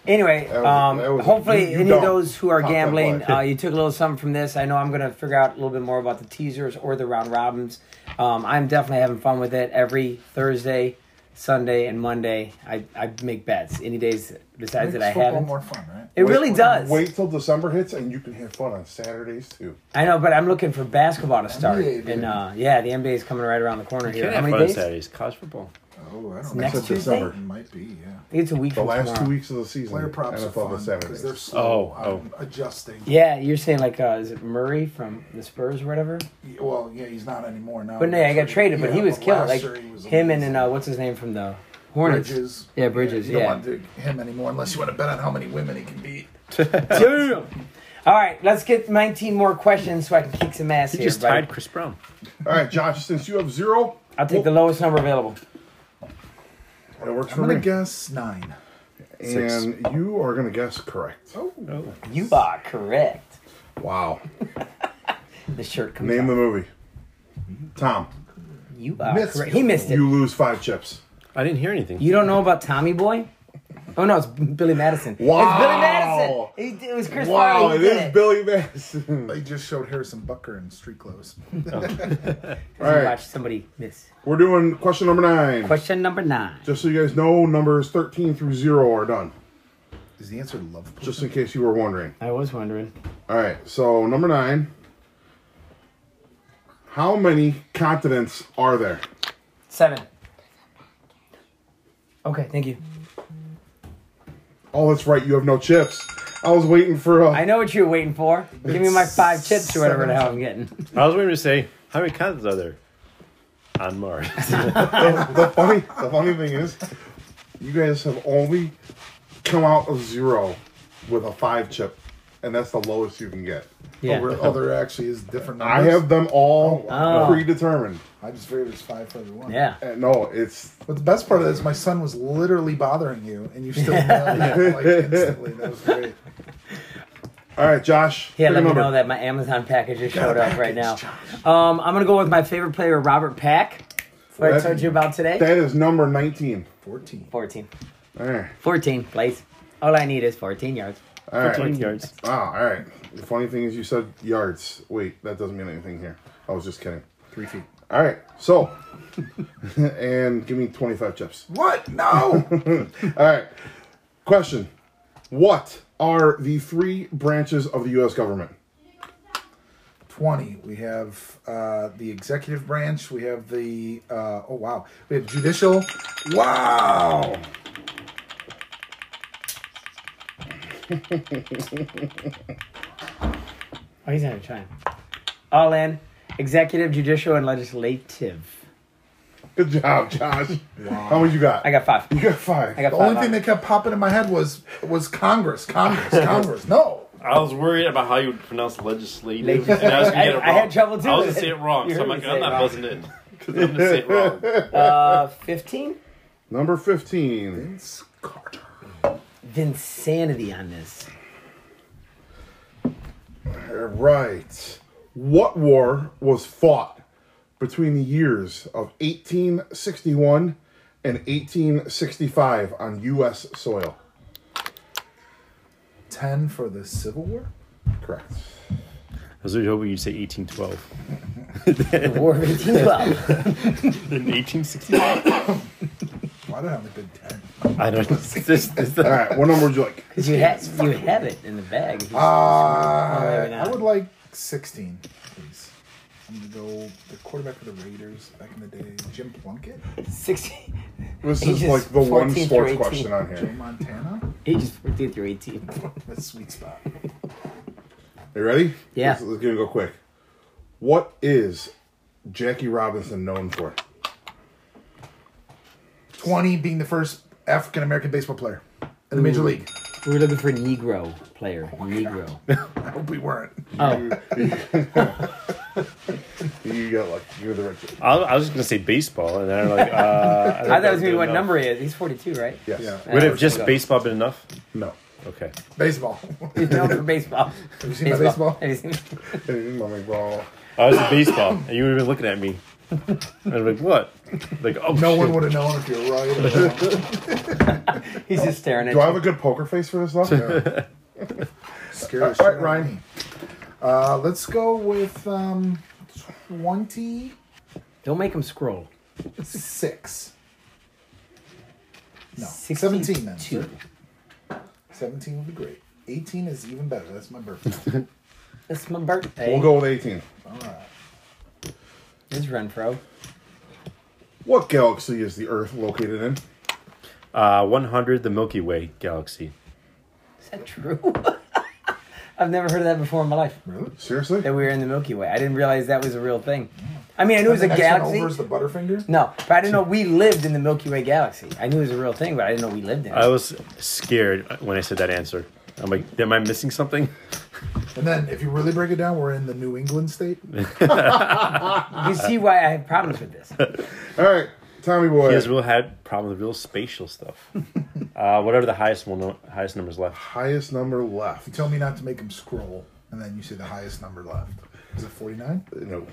S1: Anyway,
S2: That was-
S1: um,
S2: that was-
S1: hopefully,
S2: you- you
S1: any of
S2: don't.
S1: those who are
S2: Pop that
S1: gambling,
S2: blood.
S1: uh, you took a little something from this. I know I'm going to figure out a little bit more about the teasers or the round robins. Um, I'm definitely having fun with it every Thursday, Sunday, and Monday. I, I make bets any days besides that I
S5: Makes football
S1: haven't.
S5: more fun, right?
S1: It really does.
S2: Wait till December hits, and you can have fun on Saturdays too.
S1: I know, but I'm looking for basketball to start.
S5: NBA, dude.
S1: and uh, yeah, the NBA is coming right around the corner here.
S3: Can't
S1: How many
S3: have fun on
S1: days?
S3: Saturdays. College football.
S5: Oh, I don't
S1: next
S5: Except
S1: Tuesday?
S5: December. It might be, yeah.
S1: I think it's a week
S2: The
S1: from
S2: last
S1: tomorrow.
S2: two weeks of the season,
S5: Player props are
S2: NFL
S5: fun
S2: is
S5: because they're
S2: Saturdays.
S5: slow
S3: Oh, oh.
S5: on adjusting.
S1: Yeah, you're saying like uh, is it Murray from the Spurs or whatever?
S5: Yeah, Well, yeah, he's not anymore now.
S1: But no, I got traded, but
S5: Um, Yeah,
S1: he was killing.
S5: last
S1: Like
S5: year he was
S1: him and,
S5: amazing.
S1: and uh, what's his name from the Hornets?
S5: Bridges.
S1: Yeah, Bridges,
S5: You
S1: yeah.
S5: don't want to him anymore unless you want to bet on how many women he can beat.
S1: Damn. All right, let's get 19 more questions so I can kick some ass
S3: He
S1: here,
S3: just
S1: buddy.
S3: tied Chris Brown.
S2: All right, Josh. Since you have zero,
S1: I'll take the lowest number available.
S2: it works
S5: I'm
S2: for
S5: gonna
S2: me.
S5: guess nine.
S3: Six.
S2: And you are gonna guess correct.
S5: Oh,
S3: Oh.
S1: You are correct.
S2: Wow.
S1: The shirt comes
S2: Name
S1: off.
S2: the movie. Tom,
S1: You are
S5: Missed.
S1: correct. He missed it.
S2: you lose five chips.
S3: I didn't hear anything.
S1: You don't know about Tommy Boy? Oh no, it's Billy Madison.
S2: Wow.
S1: It's Billy Madison. He- it was Chris
S2: Wow,
S1: Farley.
S2: it
S1: who did
S2: is Billy Madison.
S5: they just showed Harrison Bucker in street clothes.
S2: All
S1: You
S2: right,
S1: Watch somebody miss.
S2: we're doing question number nine.
S1: Question number nine.
S2: Just so you guys know, numbers 13 through 0 are done,
S5: Is the answer love? potion?
S2: just in case you were wondering.
S1: I was wondering.
S2: All right, so number nine. How many continents are there?
S1: Seven. Okay, thank you.
S2: Oh, that's right, you have no chips. I was waiting for uh, a.
S1: I know what you're waiting for. Give me my five chips or whatever the hell I'm getting.
S3: I was waiting to say how many continents are there on Mars.
S2: the funny the funny thing is you guys have only come out of zero with a five chip and that's the lowest you can get
S1: Yeah.
S5: Oh, re- oh, there actually is different.
S2: i
S5: Numbers.
S2: have them all
S1: wow.
S2: predetermined
S5: I just figured it's five for everyone.
S1: Yeah.
S2: Uh, no it's
S5: But the best part of this, my son was literally bothering you, and you still nailed it, like instantly. That was great.
S2: all right josh
S1: Yeah,
S2: pick
S1: let
S2: a
S1: me
S2: number.
S1: know that my Amazon package just showed up right now. Um, I'm gonna go with my favorite player, Robert Pack. What I
S2: That-
S1: told you about today.
S2: that is number 19
S5: Fourteen.
S1: 14.
S2: all right
S1: 14, please. All I need is 14 yards.
S2: all right
S3: 20 yards.
S2: ah, all right the funny thing is you said yards wait that doesn't mean anything here i was just kidding
S5: Three feet.
S2: all right so and give me 25 chips
S5: What? No.
S2: All right. Question. What are the three branches of the U.S. government?
S5: Twenty. We have uh, the executive branch. We have the. Uh, oh wow. We have judicial. Wow.
S1: Oh, he's not trying. All in. Executive, judicial, and legislative.
S2: Good job, Josh. How many you got?
S1: I got five.
S2: You got five.
S1: I got
S5: The
S1: five.
S5: only thing that kept popping in my head was was Congress, Congress, Congress. No.
S3: I was worried about how you would pronounce legislative,
S1: Legis-
S3: and I was gonna get it
S1: I-
S3: wrong.
S1: I had trouble too
S3: I was
S1: with
S3: gonna say
S1: it.
S3: it wrong,
S1: You
S3: so I'm
S1: heard
S3: like,
S1: me
S3: I'm
S1: say it
S3: not
S1: wrong.
S3: buzzing in because I'm gonna say it wrong.
S1: uh, 15?
S2: Number fifteen.
S5: Vince Carter.
S1: Vinsanity on this.
S2: All right. What war was fought between the years of 1861 and 1865 on U.S. soil?
S5: Ten for the Civil War.
S2: Correct.
S3: I was really hoping you'd say 1812
S1: The War of 1812.
S3: in 1865.
S5: Why did I only bid ten?
S3: I don't. This, this,
S2: All right. What number would you like?
S1: Because you, had you have it in the bag. If you-
S5: Uh,
S1: maybe not.
S5: I would like 16, please. I'm going to go the quarterback for the Raiders back in the day, Jim Plunkett,
S1: 16.
S2: This
S1: He
S2: is
S1: just-
S2: like the one
S1: 14 through
S2: sports
S1: 18.
S2: question on
S5: Joe
S2: here.
S5: Montana.
S1: Ages 14 through 18.
S5: That's sweet spot.
S2: You ready?
S1: Yeah.
S2: This is gonna go quick. What is Jackie Robinson known for?
S5: 20 being the first African American baseball player in the major league.
S1: We were looking for Negro player.
S2: Oh,
S1: Negro.
S5: I hope we weren't.
S1: Oh,
S2: You got like you're the right. choice.
S3: I, I was just gonna say baseball, and then I'm like, uh,
S1: I thought it was gonna be
S3: good
S1: what
S3: enough.
S1: number he is. He's 42, right?
S2: Yes.
S5: Yeah.
S3: Would
S1: Yeah,
S3: have just
S1: let's go.
S3: baseball been enough?
S2: No.
S3: Okay.
S5: Baseball.
S1: He's known for baseball.
S5: Have you seen my baseball?
S1: Have you seen-
S2: Hey, my big ball.
S3: Oh, I was in baseball, and you would have been looking at me. And I'm like, what? Like, oh,
S5: No one
S3: shit.
S5: would have known if you're right. Or wrong.
S1: He's just staring at
S2: Do I
S1: you.
S2: have a good poker face for this though?
S5: Scare the
S2: All
S5: shit out
S2: right,
S5: of me.
S2: Ryan.
S5: Uh, let's go with um, twenty-six.
S1: Don't make him scroll.
S5: No,
S1: 62.
S5: seventeen then. sir. Seventeen would be great. Eighteen is even better. That's my birthday.
S1: It's my birthday.
S2: We'll go with 18.
S1: It's Renfro.
S2: What galaxy is the Earth located in?
S3: Uh, 100, the Milky Way galaxy.
S1: Is that true? I've never heard of that before in my life.
S2: Seriously?
S1: That we were in the Milky Way. I didn't realize that was a real thing. I mean, I knew it was a
S5: The next one Over is
S1: galaxy.
S5: the Butterfinger.
S1: No, but I didn't know we lived in the Milky Way galaxy. I knew it was a real thing, but I didn't know we lived in it.
S3: I was scared when I said that answer. I'm like, am I missing something?
S5: And then, if you really break it down, we're in the New England state.
S1: you see why I have problems with this.
S2: All right, Tommy boy.
S3: He has real had problem with real spatial stuff. uh, whatever the highest one, highest numbers left.
S2: highest number left.
S5: You tell me not to make him scroll, and then you say the highest number left. Is it 49?
S2: No,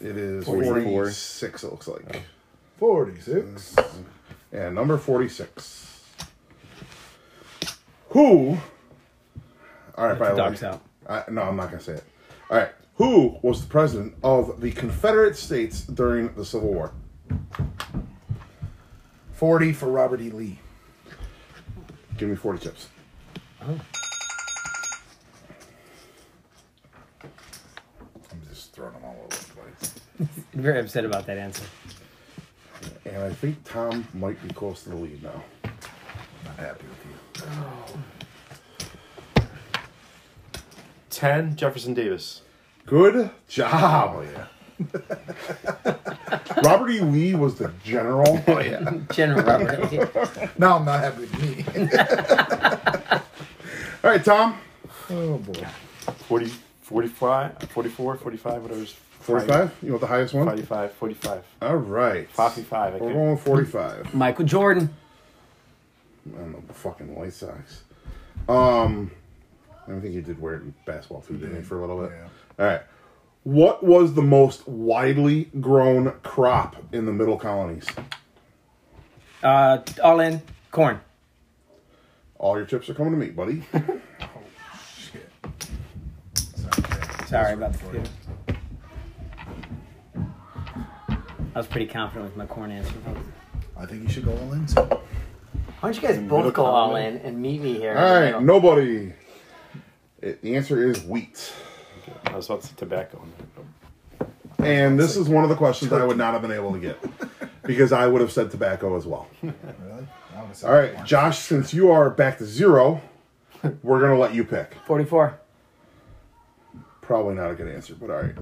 S2: it is
S3: 44.
S2: 46, it looks
S5: Oh.
S2: like.
S5: 46.
S2: Yeah, number 46. Who. All right, by the
S1: Dogs
S2: way.
S1: out.
S2: I, no, I'm not going to say it. All right. Who was the president of the Confederate States during the Civil War?
S5: 40 for Robert E. Lee.
S2: Give me 40 chips.
S1: Oh.
S5: I'm just throwing them all over the place.
S1: I'm very upset about that answer.
S2: And I think Tom might be close to the lead now.
S5: Not happy with you.
S3: 10, Jefferson Davis.
S2: Good job. Robert E. Lee was the general.
S1: General Robert.
S5: No, I'm not happy with me.
S2: All right, Tom.
S5: oh, boy.
S3: 40, 45, 44, 45, whatever it is.
S2: 45. You want the highest one?
S3: 45, 45.
S2: All right.
S3: 55, I
S2: We're
S3: think.
S2: going with 45.
S1: Michael Jordan.
S2: I don't know, the fucking White Sox. Um, I think he did wear it in basketball too, didn't he, for a little bit?
S5: Yeah.
S2: All right. What was the most widely grown crop in the Middle Colonies?
S1: Uh, all in corn.
S2: All your chips are coming to me, buddy.
S5: Shit. Sorry.
S1: Sorry about the computer. I was pretty confident with my corn answer.
S5: I think you should go all in. too.
S6: Why don't you guys both go all in and meet me here? in
S2: All
S6: the
S2: right,
S6: middle?
S2: nobody. It, the answer is wheat.
S3: I was about to say tobacco.
S2: And this is one of the questions I would not have been able to get because I would have said tobacco as well.
S5: Really? That was-
S2: All right, Josh, since you are back to zero, we're going to let you pick.
S1: 44.
S2: Probably not a good answer, but all right.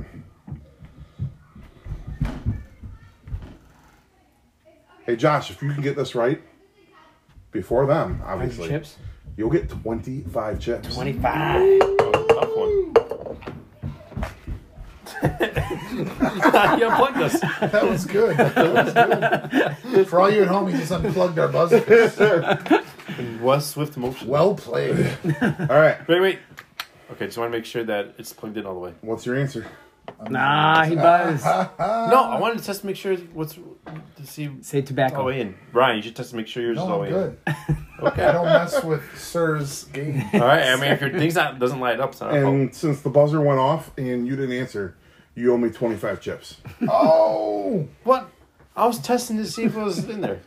S2: Hey, Josh, if you can get this right before them, obviously,
S1: Chips.
S2: you'll get 25 chips.
S1: 25.
S3: Tough one. you unplugged us.
S5: That was good. That was good. For all you at home, he just unplugged our buzzer.
S3: Was swift motion.
S5: Well played.
S2: All right,
S3: Wait, wait. Okay, just want to make sure that it's plugged in all the way.
S2: what's your answer?
S1: Nah, he buzzed.
S5: Uh,
S3: no, I wanted to test to make sure what's to see
S1: Say
S3: all the
S1: tobacco.
S3: way in. Brian, you should test to make sure yours is all
S5: No,
S3: the way
S5: I'm good.
S3: in. Okay.
S5: I don't mess with Sir's game.
S3: All right. I mean, if your thing's not doesn't light up, it's not. our fault.
S2: And since the buzzer went off and you didn't answer, you owe me 25 chips.
S5: Oh,
S3: what? I was testing to see if it was in there.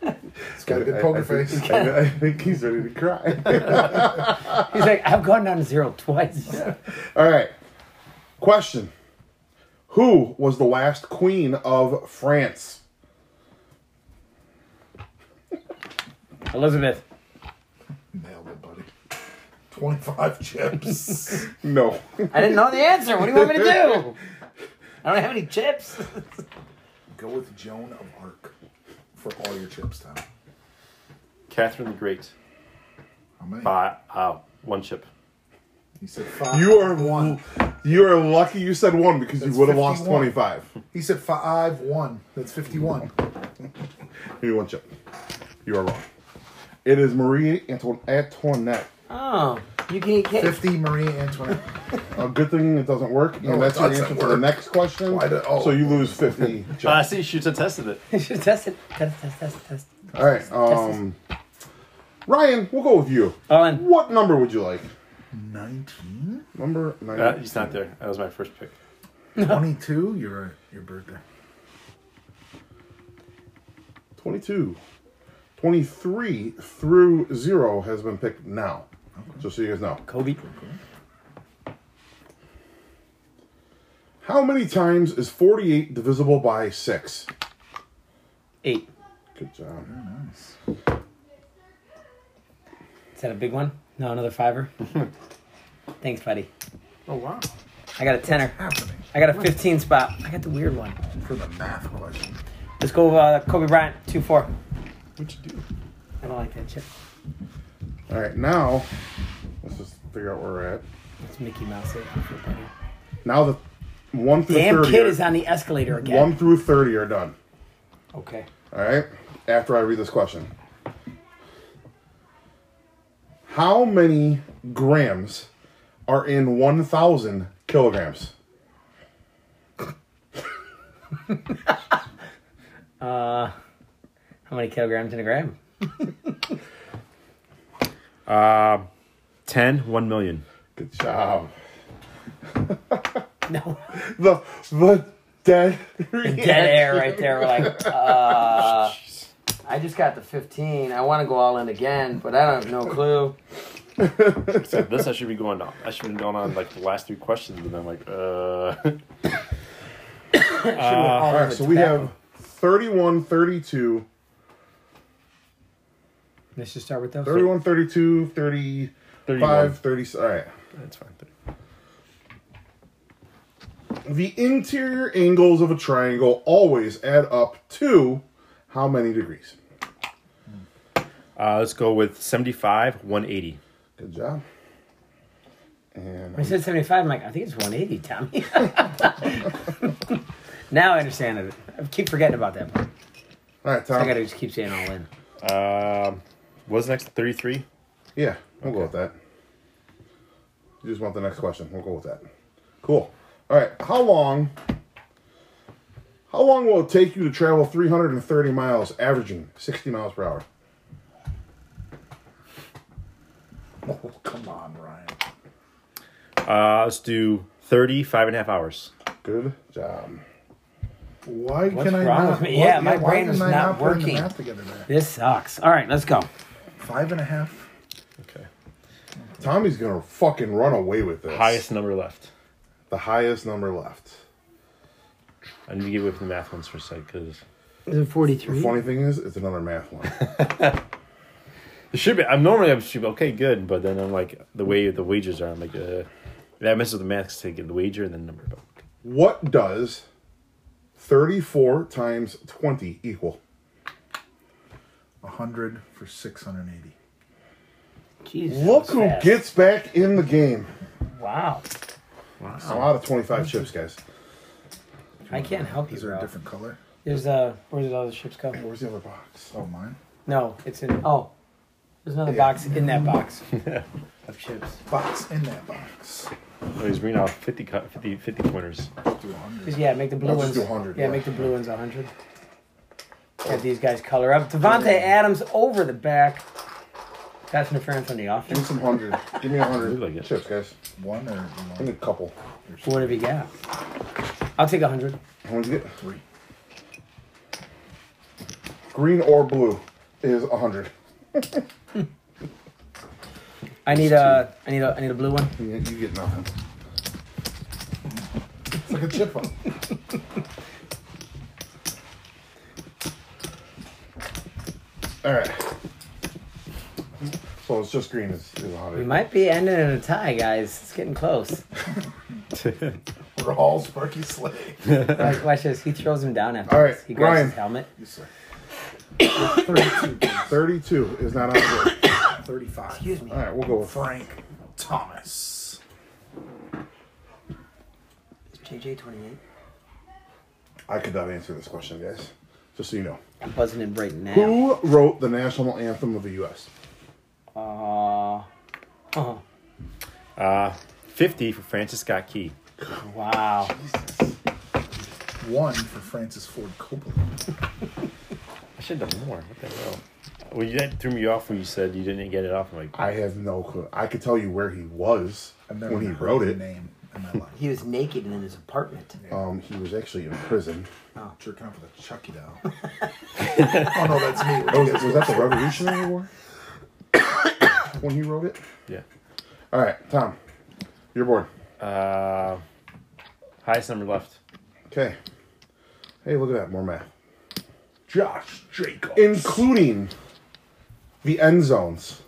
S5: it's got a
S2: I-
S5: good
S2: I
S5: poker
S2: think-
S5: face.
S2: I, I think he's ready to cry.
S1: He's like, I've gone down to zero twice.
S2: All right. Question Who was the last queen of France?
S1: Elizabeth.
S5: Nailed it, buddy. Twenty-five chips.
S2: No.
S6: I didn't know the answer. What do you want me to do? I don't have any chips.
S5: Go with Joan of Arc for all your chips, Tom.
S3: Catherine the Great.
S5: How many?
S3: By uh, one chip.
S5: He said five.
S2: You are one. You are lucky you said one because
S5: That's
S2: you would have lost
S5: 51.
S2: 25.
S5: He said five one. That's fifty-one.
S2: Give me one chip. You are wrong. It is Marie Antoine- Antoinette.
S6: Oh, you can eat cake.
S5: Fifty Marie Antoinette.
S2: A good thing it doesn't work. And
S5: No, it
S2: that's your
S5: doesn't
S2: answer to the
S5: work.
S2: next question.
S5: Why do- oh.
S2: So you lose 50.
S3: I
S2: Jeff.
S3: see. Shoots have tested it.
S1: test it. Test, test, test, test.
S2: All right. Um, Ryan, we'll go with you.
S1: Owen.
S2: What number would you like?
S5: 19?
S2: Number nine.
S3: Uh, he's not there. That was my first pick.
S5: 22? You're right. Your birthday.
S2: 22. 23 through 0 has been picked now. Just so you guys know.
S1: Kobe.
S2: How many times is 48 divisible by 6?
S1: Eight.
S2: Good job.
S5: Nice.
S1: Is that a big one? No, another fiver. Thanks, buddy.
S3: Oh wow.
S1: I got a tenner.
S5: Happening
S1: I got a 15 spot. I got the weird one.
S5: for the math question.
S1: Let's go with uh, Kobe Bryant, 2 4.
S3: What'd you do?
S1: I don't like that chip.
S2: All right, now let's just figure out where we're at.
S1: It's Mickey Mouse. it. I feel better.
S2: Now the 1 through
S1: Damn
S2: 30.
S1: kid
S2: are-
S1: is on the escalator again.
S2: 1 through 30 are done.
S1: Okay.
S2: All right. After I read this question, how many grams are in one thousand kilograms?
S1: How many kilograms in a gram?
S3: Ten. One million.
S2: Good job.
S1: No.
S2: The the dead.
S1: Dead air right there. We're like, uh.
S6: I just got the 15. I want to go all in again, but I don't have no
S2: Uh,
S6: clue.
S3: So this I should be going on. I should be going on like the last three questions, and I'm like, uh.
S2: All right. So we have 31, 32,
S1: Let's just start with those.
S2: 31, 32, 35, 30. All right.
S3: That's fine.
S2: The interior angles of a triangle always add up to how many degrees?
S3: Uh, let's go with seventy-five. One eighty.
S2: Good job. And
S1: I said 75. I'm like, I think it's 180, Tommy. now I understand it. I keep forgetting about that part.
S2: all right, Tom.
S1: I gotta just keep saying all in.
S3: Um, what's next? Thirty-three.
S2: Yeah, we'll go with that. You just want the next question. We'll go with that. Cool. All right. How long? How long will it take you to travel 330 miles, averaging 60 miles per hour?
S5: Oh, come on, Ryan.
S3: Uh, let's do 35 and a half hours.
S2: Good job.
S5: Why
S1: What's
S5: can I
S1: wrong
S5: not?
S1: with me?
S5: why-
S1: Yeah, my
S5: why
S1: brain
S5: can
S1: is
S5: I
S1: not
S5: put the
S1: working.
S5: math together there?
S1: This sucks. All right, let's go.
S5: Five and a half.
S3: Okay.
S2: Tommy's gonna fucking run away with this.
S3: Highest number left.
S2: The highest number left.
S3: I need to get away from the math ones for a sec because
S1: Is it
S2: The
S1: 43?
S2: funny thing is, it's another math one.
S3: it should be. I'm normally I'm should be okay, good, but then I'm like the way the wages are. I'm like uh, that messes with the math to get the wager and then number. But
S2: what does 34 times 20 equal?
S5: A hundred for six hundred and eighty.
S1: Jesus.
S2: Look who
S1: fast.
S2: gets back in the game.
S1: Wow.
S2: I'm out of 25 chips, guys.
S1: I can't help you,
S5: Is there a
S1: bro.
S5: different color?
S1: There's uh, where did all the ships go?
S2: Where's the other box?
S5: Oh, mine.
S1: No, it's in. Oh, there's another box in that box of chips.
S5: Box in that box.
S3: oh, he's reading off 50, co- 50, 50 pointers.
S5: Do a hundred.
S1: Just, yeah, make the blue
S2: Let's
S1: ones.
S2: just do 100,
S1: yeah,
S2: yeah.
S1: make the blue ones 100. Have these guys color up. Devontae Adams over the back. Pass interference on the
S2: Give me
S1: offense.
S2: some hundred. Give me a hundred
S3: Look like it.
S2: chips, guys.
S5: One or
S2: Give me
S5: one?
S2: a couple.
S1: What have you got? I'll take 100.
S2: How much you get?
S5: Three.
S2: Green or blue is a hundred.
S1: I need a, I need a, I need a blue one.
S2: You, you get nothing.
S5: It's like a chip up.
S2: All right. So it's just green is, is a
S1: We
S2: hundred.
S1: might be ending in a tie, guys. It's getting close.
S5: We're all Sparky Slay.
S1: Watch, watch this. He throws him down after
S2: All
S1: this.
S2: right,
S1: He grabs
S2: Ryan.
S1: his helmet.
S5: You say. Thirty-two.
S2: Thirty-two is not on the board.
S5: Thirty-five.
S1: Excuse me.
S2: All right, we'll go with.
S5: Frank Thomas.
S1: It's JJ 28.
S2: I could not answer this question, guys. Just so you know.
S1: I'm buzzing in right now.
S2: Who wrote the national anthem of the U.S.?
S1: Uh, uh,
S3: Uh, 50 for Francis Scott Key.
S1: Wow.
S5: One for Francis Ford Coppola.
S3: I should have done more. What the hell? Well, you, that threw me off when you said you didn't get it off. I'm like,
S2: I have no clue. I could tell you where he was
S5: I've never
S2: when he
S5: heard
S2: wrote
S5: the
S2: it.
S5: name in my life.
S6: He was naked and in his apartment.
S2: Um, he was actually in prison.
S5: Jerking off with a Chucky doll. oh no, that's me. What do
S2: Was,
S5: you guys
S2: Oh, was
S5: want?
S2: that the Revolutionary War? when he wrote it?
S3: yeah.
S2: All right, Tom, you're bored.
S3: Uh, highest number left.
S2: Okay. Hey, look at that. More math.
S5: Josh Jacob.
S2: Including the end zones.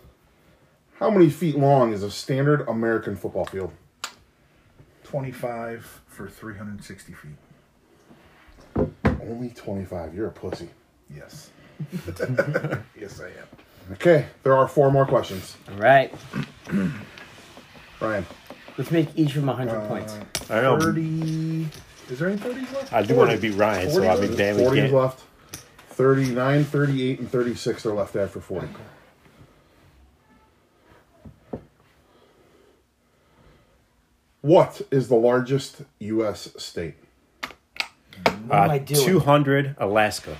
S2: How many feet long is a standard American football field?
S5: 25 for 360 feet.
S2: Only 25. You're a pussy.
S5: Yes. yes, I am.
S2: Okay, there are four more questions.
S1: All right.
S2: Ryan.
S1: Let's make each of them 100 points.
S3: I don't know.
S5: 30. Is there any 30s left?
S3: Um, I do want to beat Ryan, so I'll be
S2: 40
S3: damned. we
S2: 40 is
S3: can't.
S2: left. 39, 38, and 36 are left after 40. What is the largest U.S. state?
S1: What am I
S3: Uh,
S1: doing?
S3: 200 Alaska.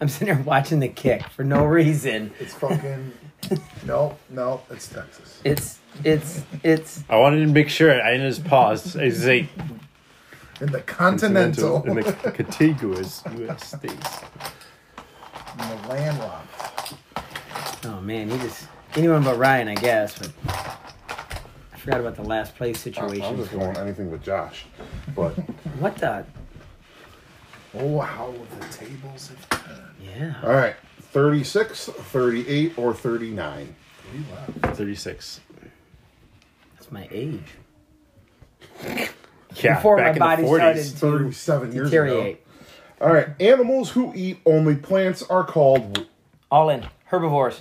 S1: I'm sitting there watching the kick for no reason.
S5: It's fucking. no, Oh, no, it's Texas.
S1: It's it's it's
S3: I wanted to make sure I didn't just pause. It's a
S5: In the continental.
S3: in the contiguous U.S. states.
S5: in the landlocked.
S1: oh man, he just anyone but Ryan, I guess. But I forgot about the last place
S2: I'm
S1: situation.
S2: just going anything with Josh. But
S1: What the?
S5: Oh, how the tables have turned.
S1: Yeah.
S2: all right, 36, 38, or 39.
S5: We left.
S3: 36.
S1: That's my age.
S3: Yeah,
S1: Before
S3: back
S1: my body
S3: in the 40s.
S1: started to
S2: 37 years ago.
S1: deteriorate.
S2: All right, animals who eat only plants are called
S1: All in herbivores.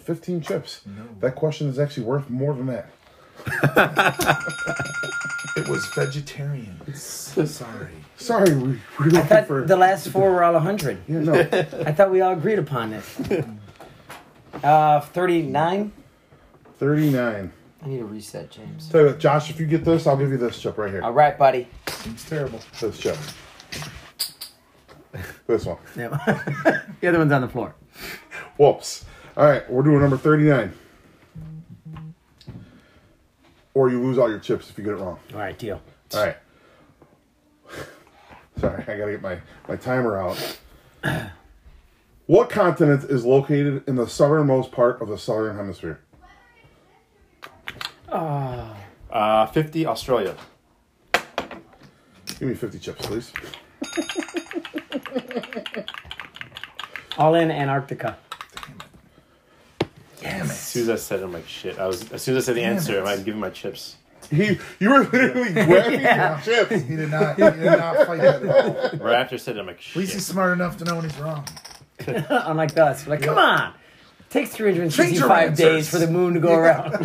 S2: 15 chips. That question is actually worth more than that.
S5: It was vegetarians. Sorry.
S2: Sorry, we we were
S1: I
S2: looking
S1: thought
S2: for.
S1: the last four were all 100.
S2: yeah, no.
S1: I thought we all agreed upon this. Uh, 39.
S2: 39.
S6: I need a reset, James.
S2: Tell you what, Josh, if you get this, I'll give you this chip right here.
S1: All right, buddy.
S5: Seems terrible.
S2: This chip. This one.
S1: Yeah. the other one's on the floor.
S2: Whoops. All right, we're doing number 39. Or you lose all your chips if you get it wrong.
S1: All right, deal.
S2: All right. Sorry, I gotta get my, my timer out. What continent is located in the southernmost part of the southern hemisphere?
S3: Uh, 50 Australia.
S2: Give me 50 chips, please.
S1: All in Antarctica.
S5: Damn it.
S3: As soon as I said it, I'm like, shit. I was, as soon as I said the answer, I'm like, giving my chips.
S2: He, you were literally grabbing your chips.
S5: He did not. He did not fight that at all. At
S3: Right after I said it, I'm like, shit.
S5: least he's smart enough to know when he's wrong.
S1: Unlike us. We're like, come on. takes
S5: Change your
S1: 365
S5: answers.
S1: days for the moon to go around.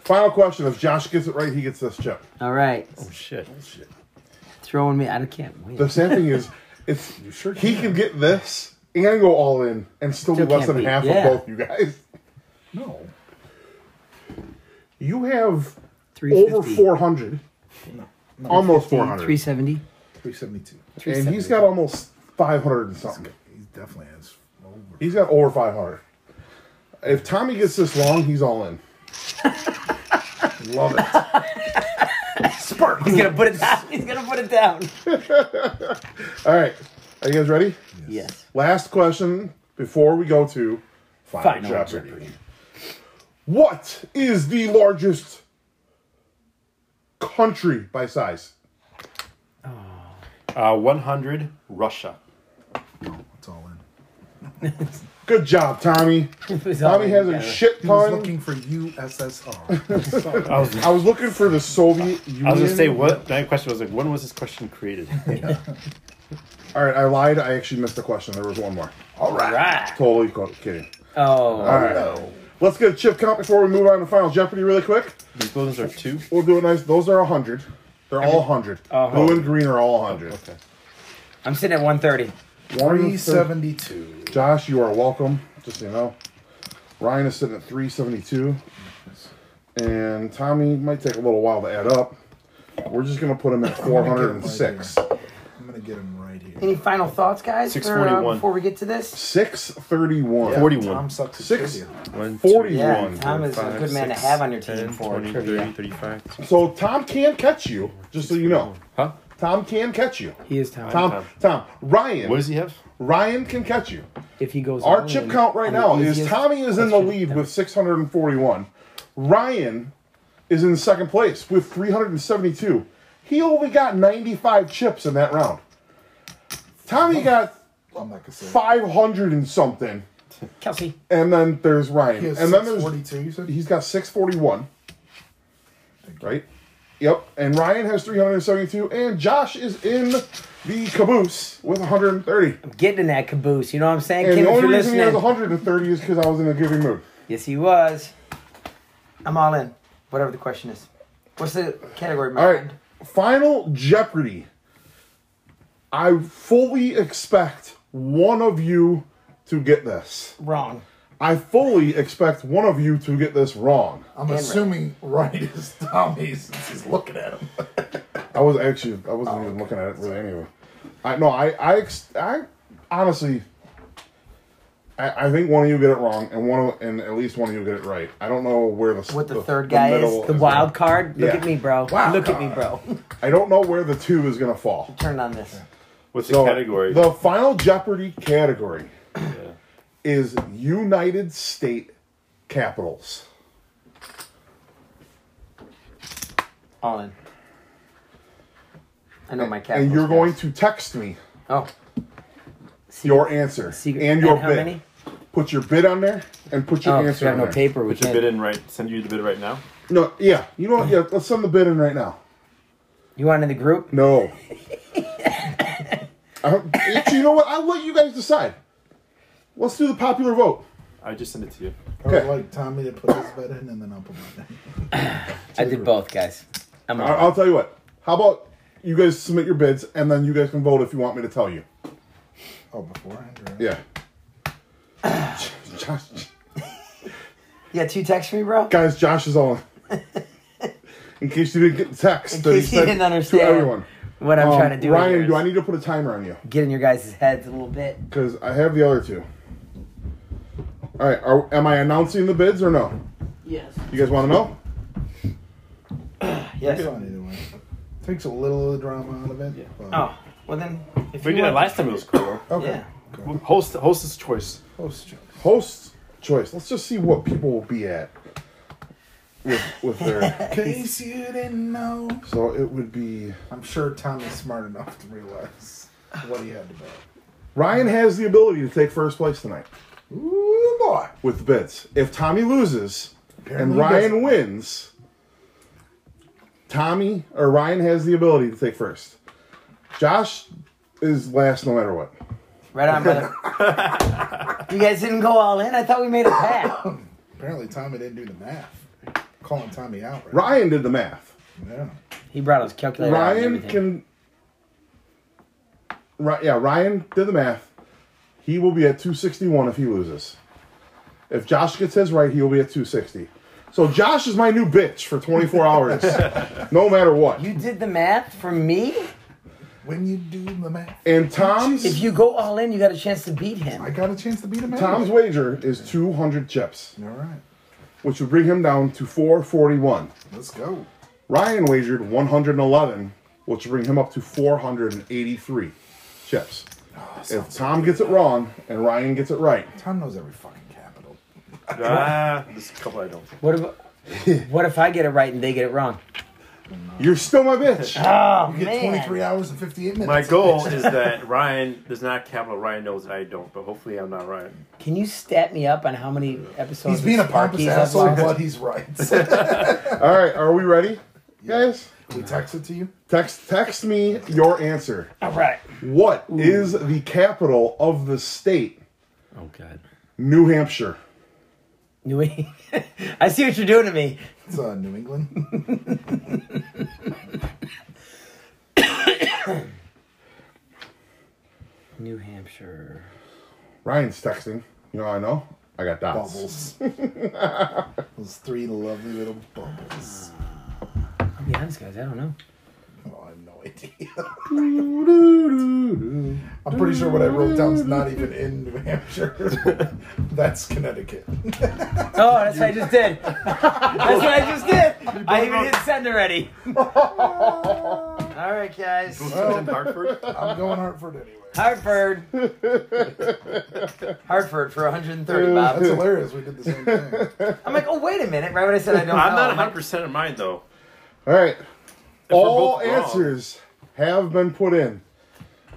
S2: Final question. If Josh gets it right, he gets this chip.
S1: All right.
S3: Oh, shit.
S1: Throwing me. I can't wait.
S2: The sad thing is, it's he can get this and go all in and still,
S1: Still
S2: be less
S1: can't
S2: than
S1: beat-
S2: half
S1: yeah.
S2: of both you guys.
S5: No.
S2: You have over
S1: 350.
S2: 400, almost 400,
S1: 370.
S5: 372.
S2: and he's got almost 500 and something.
S5: He definitely has over.
S2: He's got over 500. If Tommy gets this long, he's all in.
S5: Love it. Spark.
S1: He's gonna put it down. He's gonna put it down.
S2: All right, are you guys ready?
S1: Yes.
S2: Last question before we go to final,
S1: Final
S2: Jeopardy. What is the largest country by size?
S3: Uh, 100 Russia.
S5: It's all in.
S2: Good job, Tommy.
S1: It was all
S2: Tommy
S1: in
S2: has a
S1: together.
S2: shit
S5: He was
S2: ton.
S5: looking for USSR.
S3: I was,
S2: I was looking for the Soviet Union.
S3: I was gonna say what? My question was like, when was this question created?
S2: All right, I lied. I actually missed the question. There was one more.
S5: all right.
S1: Right.
S2: Totally co- kidding.
S1: Oh.
S2: All right. Let's get a chip count before we move on to Final Jeopardy really quick.
S3: These buildings are two.
S2: We'll do a nice. Those are 100. They're all 100.
S1: Oh.
S2: Blue and green are all 100.
S3: Okay.
S1: I'm sitting at 130.
S5: 372.
S2: Josh, you are welcome. Just so you know, Ryan is sitting at 372. and Tommy might take a little while to add up. We're just gonna put him at four hundred and six.
S5: I'm gonna get him right here.
S6: Any final thoughts, guys? for, uh,
S3: 641.
S6: before we get to this,
S2: Six thirty one.
S3: Yeah. 41.
S5: Tom sucks at
S2: Six.
S5: trivia.
S3: One,
S2: Forty
S3: two,
S6: yeah,
S2: one.
S6: Tom is a
S3: five,
S6: good man to
S3: six,
S6: have on your team
S3: 10,
S6: for
S3: 20,
S6: trivia.
S3: 30, 35.
S2: So Tom can catch you, just so you know.
S3: Huh?
S2: Tom can catch you.
S1: He is Tom.
S2: Tom, Tom, Ryan.
S3: What does he have?
S2: Ryan can catch you.
S1: If he goes,
S2: Our
S1: on
S2: chip
S1: and-
S2: count right
S1: on the
S2: now is
S1: easiest-
S2: Tommy is in the lead with 641. Ryan is in second place with 372. He only got 95 chips in that round. Tommy got
S5: I'm not gonna say. it.
S2: 500 and something.
S1: Kelsey.
S2: And then there's Ryan.
S5: He has
S2: and then there's
S5: 42. You said
S2: he's got 641. Right? Yep. And Ryan has 372. And Josh is in the caboose with 130.
S1: Getting in that caboose, you know what I'm saying?
S2: And
S1: Kim,
S2: the
S1: if
S2: only
S1: you're
S2: reason he has
S1: listening,
S2: 130 is because I was in a giving mood.
S1: yes, he was.
S6: I'm all in. Whatever the question is. What's the category, my
S2: All right.
S6: friend?
S2: Final Jeopardy. I fully expect one of you to get this.
S6: Wrong.
S2: I fully expect one of you to get this wrong.
S5: I'm assuming right is Tommy since he's looking at him.
S2: I was actually I wasn't
S6: Oh,
S2: even looking at it really anyway. I no I I ex- I honestly I, I think one of you get it wrong and one of, and at least one of you get it right. I don't know where the
S6: What the third guy is,
S2: middle
S1: The wild
S2: gonna-
S1: card. Look
S2: Yeah.
S1: at me, bro.
S5: Wild
S1: Look at me, bro.
S2: I don't know where the two is gonna fall.
S6: Turn on this.
S3: What's the
S2: So,
S3: category?
S2: The final Jeopardy category is United State Capitals.
S6: All in. I know my category.
S2: And you're going to text me
S6: Oh.
S2: your answer
S1: Secret-
S2: and your
S1: how
S2: bid.
S1: many?
S2: Put your bid on there and put your
S1: Oh, we
S2: answer
S1: got
S2: on
S1: no
S2: there.
S1: paper. We
S3: Put your
S1: can't.
S3: bid in right. Send you the bid right now.
S2: No, yeah, you know what? Yeah, let's send the bid in right now.
S1: You want in the group?
S2: No. I- actually, you know what? I'll let you guys decide. Let's do the popular vote.
S3: I just sent it to you.
S5: I would
S2: Okay.
S5: like Tommy to put his bet in and then I'll put mine in.
S1: I did both, guys. I'm
S2: I-
S1: on.
S2: I'll tell you what. How about you guys submit your bids and then you guys can vote if you want me to tell you.
S5: Oh, beforehand? Or...
S2: Yeah. Josh,
S6: Yeah, two text me, bro.
S2: guys, Josh is on. In case you didn't get the text,
S6: In
S2: that he
S6: case you
S2: sent
S6: didn't
S2: to
S6: understand.
S2: everyone.
S1: What I'm
S2: Um,
S1: trying to do.
S2: Ryan,
S1: here is
S2: do I need to put a timer on you?
S1: get in your guys' heads a little bit?
S2: Because I have the other two. All right, are, am I announcing the bids or no?
S6: Yes.
S2: You guys want to know?
S6: Yes.
S5: Fine either way. Takes a little of the drama out of it. but-
S6: Oh. Well then, if
S3: We
S6: you
S3: did it
S6: want-
S3: last time. It was cool.
S5: Okay.
S6: Yeah.
S3: Host, host's choice.
S5: Post joke.
S2: Host choice. Let's just see what people will be at with with their.
S5: In case you didn't know.
S2: so it would be
S5: I'm sure Tommy's smart enough to realize what he had to bet.
S2: Ryan has the ability to take first place tonight
S5: Ooh, boy.
S2: with the bids. If Tommy loses
S5: Apparently
S2: and
S5: he
S2: Ryan
S5: doesn't.
S2: wins, Tommy or Ryan has the ability to take first. Josh is last no matter what.
S6: Right on, brother. you guys didn't go all in. I thought we made a pact.
S5: Apparently Tommy didn't do the math. Calling Tommy out, right?
S2: Ryan did the math.
S5: Yeah.
S1: He brought his calculator. out and
S2: Ryan
S1: everything.
S2: can. Ri- yeah, Ryan did the math. He will be at 261 if he loses. If Josh gets his right, he will be at 260. So Josh is my new bitch for 24 hours, no matter what.
S1: You did the math for me.
S5: When you do the math,
S2: And Tom's
S1: If you go all in, you got a chance to beat him.
S5: I got a chance to beat him.
S2: Tom's
S5: anyway.
S2: wager is 200 chips,
S5: All right.
S2: which would bring him down to 441.
S5: Let's go.
S2: Ryan wagered 111, which would bring him up to 483 chips. If Tom gets it wrong and Ryan gets it right,
S5: Tom knows every fucking capital.
S3: Ah, there's a couple I don't.
S1: What if, what if I get it right and they get it wrong?
S2: You're still my bitch.
S6: Oh,
S5: You get
S6: man.
S5: 23 hours and 58 minutes.
S3: My goal is that Ryan there's not capital. Ryan knows that I don't, but hopefully I'm not Ryan.
S1: Can you stat me up on how many episodes?
S5: He's being a
S1: of
S5: pompous
S1: Sparky's I've
S5: asshole,
S1: watched?
S5: but he's right.
S2: All right, are we ready, guys?
S5: we text it to you.
S2: Text text me your answer.
S1: All right.
S2: What is the capital of the state
S3: Oh God.
S2: New Hampshire?
S1: New England. I see what you're doing to me.
S5: It's uh, New England.
S1: New Hampshire.
S2: Ryan's texting. You know how I know? I got dots.
S5: bubbles. Those three lovely little bubbles.
S1: I'll be honest, guys. I don't know.
S5: Oh, I have no idea.
S2: Doo-doo-doo-doo.
S5: I'm pretty sure what I wrote down's not even in New Hampshire. That's Connecticut.
S1: Oh, that's what I just did. That's what I just did. I even hit send already.
S6: All right, guys.
S3: It's in Hartford.
S5: I'm going Hartford anyway.
S1: Hartford.
S6: Hartford for 130,
S5: That's
S6: Bob.
S5: hilarious. We did the same thing.
S6: I'm like, oh, wait a minute. Right when I said I don't know.
S3: I'm not
S6: I'm like,
S3: 100 percent of mine though.
S2: All right.
S3: If we're
S2: All
S3: both wrong.
S2: answers have been put in.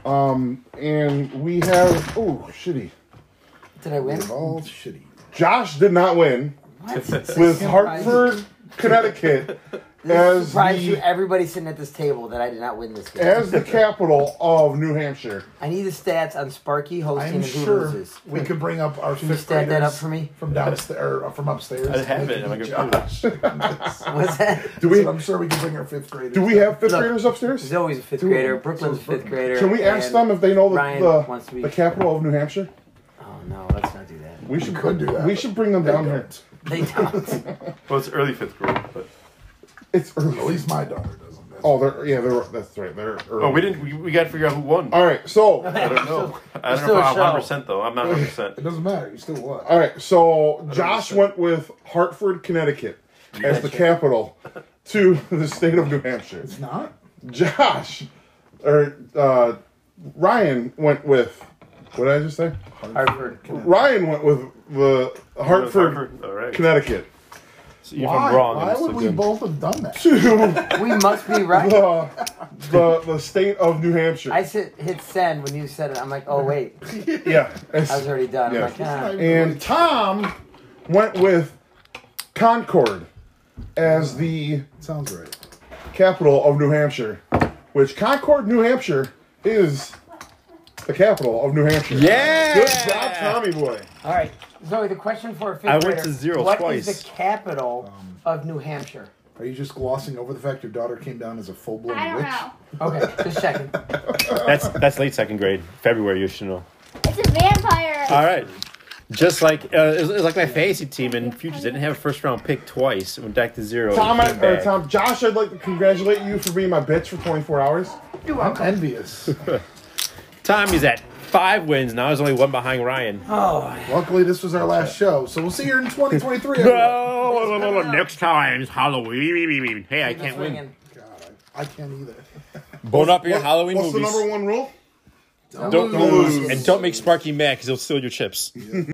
S2: Um, and we have. Oh, shitty.
S6: Did I win?
S5: It's all shitty.
S2: Josh did not win with Hartford, Connecticut as
S6: Surprised you,
S2: the,
S6: everybody sitting at this table, that I did not win this game.
S2: as the capital of New Hampshire.
S6: I need the stats on Sparky hosting
S5: I'm
S6: and who
S5: sure
S6: loses.
S5: we could bring up our
S6: you
S5: fifth
S6: stand that up
S5: graders
S6: for me?
S5: from downstairs or uh, from upstairs.
S3: I have it. I'm a good
S6: What's that?
S2: Do we
S5: I'm sure we could bing our fifth graders.
S2: do we have fifth
S6: Look.
S2: graders upstairs?
S6: There's always a fifth
S5: Two of
S6: grader.
S5: them.
S6: Brooklyn's
S5: So
S6: fifth grader.
S2: Can we ask
S6: and-
S2: them if they know the
S6: Ryan wants to
S2: the,
S6: be-
S2: the capital of New Hampshire?
S6: Oh no, let's not do that.
S2: We should
S5: could do that,
S2: We
S5: but
S2: should bring them
S5: They
S2: down here.
S5: don't.
S6: They don't.
S3: Well, it's early fifth grade, but
S2: It's
S5: At
S2: early.
S5: least my daughter doesn't. That's
S2: Oh, they're yeah, they're that's right. They're early.
S3: oh, we didn't. We, we got to figure out who won.
S2: All right, so
S3: I don't know. I don't
S6: still a
S3: know if I'm
S6: show.
S3: 100 percent though. I'm not 100.
S5: It
S3: percent
S5: doesn't matter. You still won.
S2: All right, so Josh went with Hartford, Connecticut as the capital to the state of New Hampshire.
S5: It's not.
S2: Josh or uh, Ryan went with what did I just say?
S6: Hartford.
S2: Ryan went with the Hartford,
S3: All right.
S2: Connecticut
S3: So if I'm wrong,
S5: Why
S3: I'm still
S5: would we
S3: good.
S5: both have done that?
S2: to the,
S6: We must be right.
S2: the the state of New Hampshire.
S6: I sit, hit send when you said it. I'm like, oh wait,
S2: yeah,
S6: I was already done. I'm
S2: Yeah.
S6: like, ah.
S2: and Tom went with Concord as the
S5: Sounds right.
S2: capital of New Hampshire, which Concord, New Hampshire is the capital of New Hampshire.
S3: Yeah.
S2: Good job, Tommy boy.
S6: ah. All right, Zoe. The question for a fifth
S3: I went
S6: grader.
S3: to zero
S6: What
S3: twice.
S6: is the capital
S2: Um,
S6: of New Hampshire?
S5: Are you just glossing over the fact your daughter came down as a full blown
S7: I don't
S5: witch?
S7: know.
S6: Okay, just checking.
S3: That's that's late second grade, February. You should know.
S7: It's a vampire.
S3: All right. Just like uh, it, was, it was like my fantasy team in futures, they didn't have a first round pick twice. It went back to zero.
S2: Tom,
S3: It came
S2: I, or
S3: back.
S2: Tom, Josh, I'd like to congratulate you for being my bitch for 24 hours.
S5: I'm envious.
S3: Tommy's at five wins now. He's only one behind Ryan.
S2: Oh,
S5: Luckily, this was our last show, so we'll see you in 2023. everyone.
S3: No, next time it's Halloween. Hey, I can't win.
S6: Swinging.
S5: God, I, I can't either.
S3: Bone up your Halloween
S2: What's
S3: movies.
S2: the number one rule?
S3: Don't, don't lose. And don't make Sparky mad because he'll steal your chips.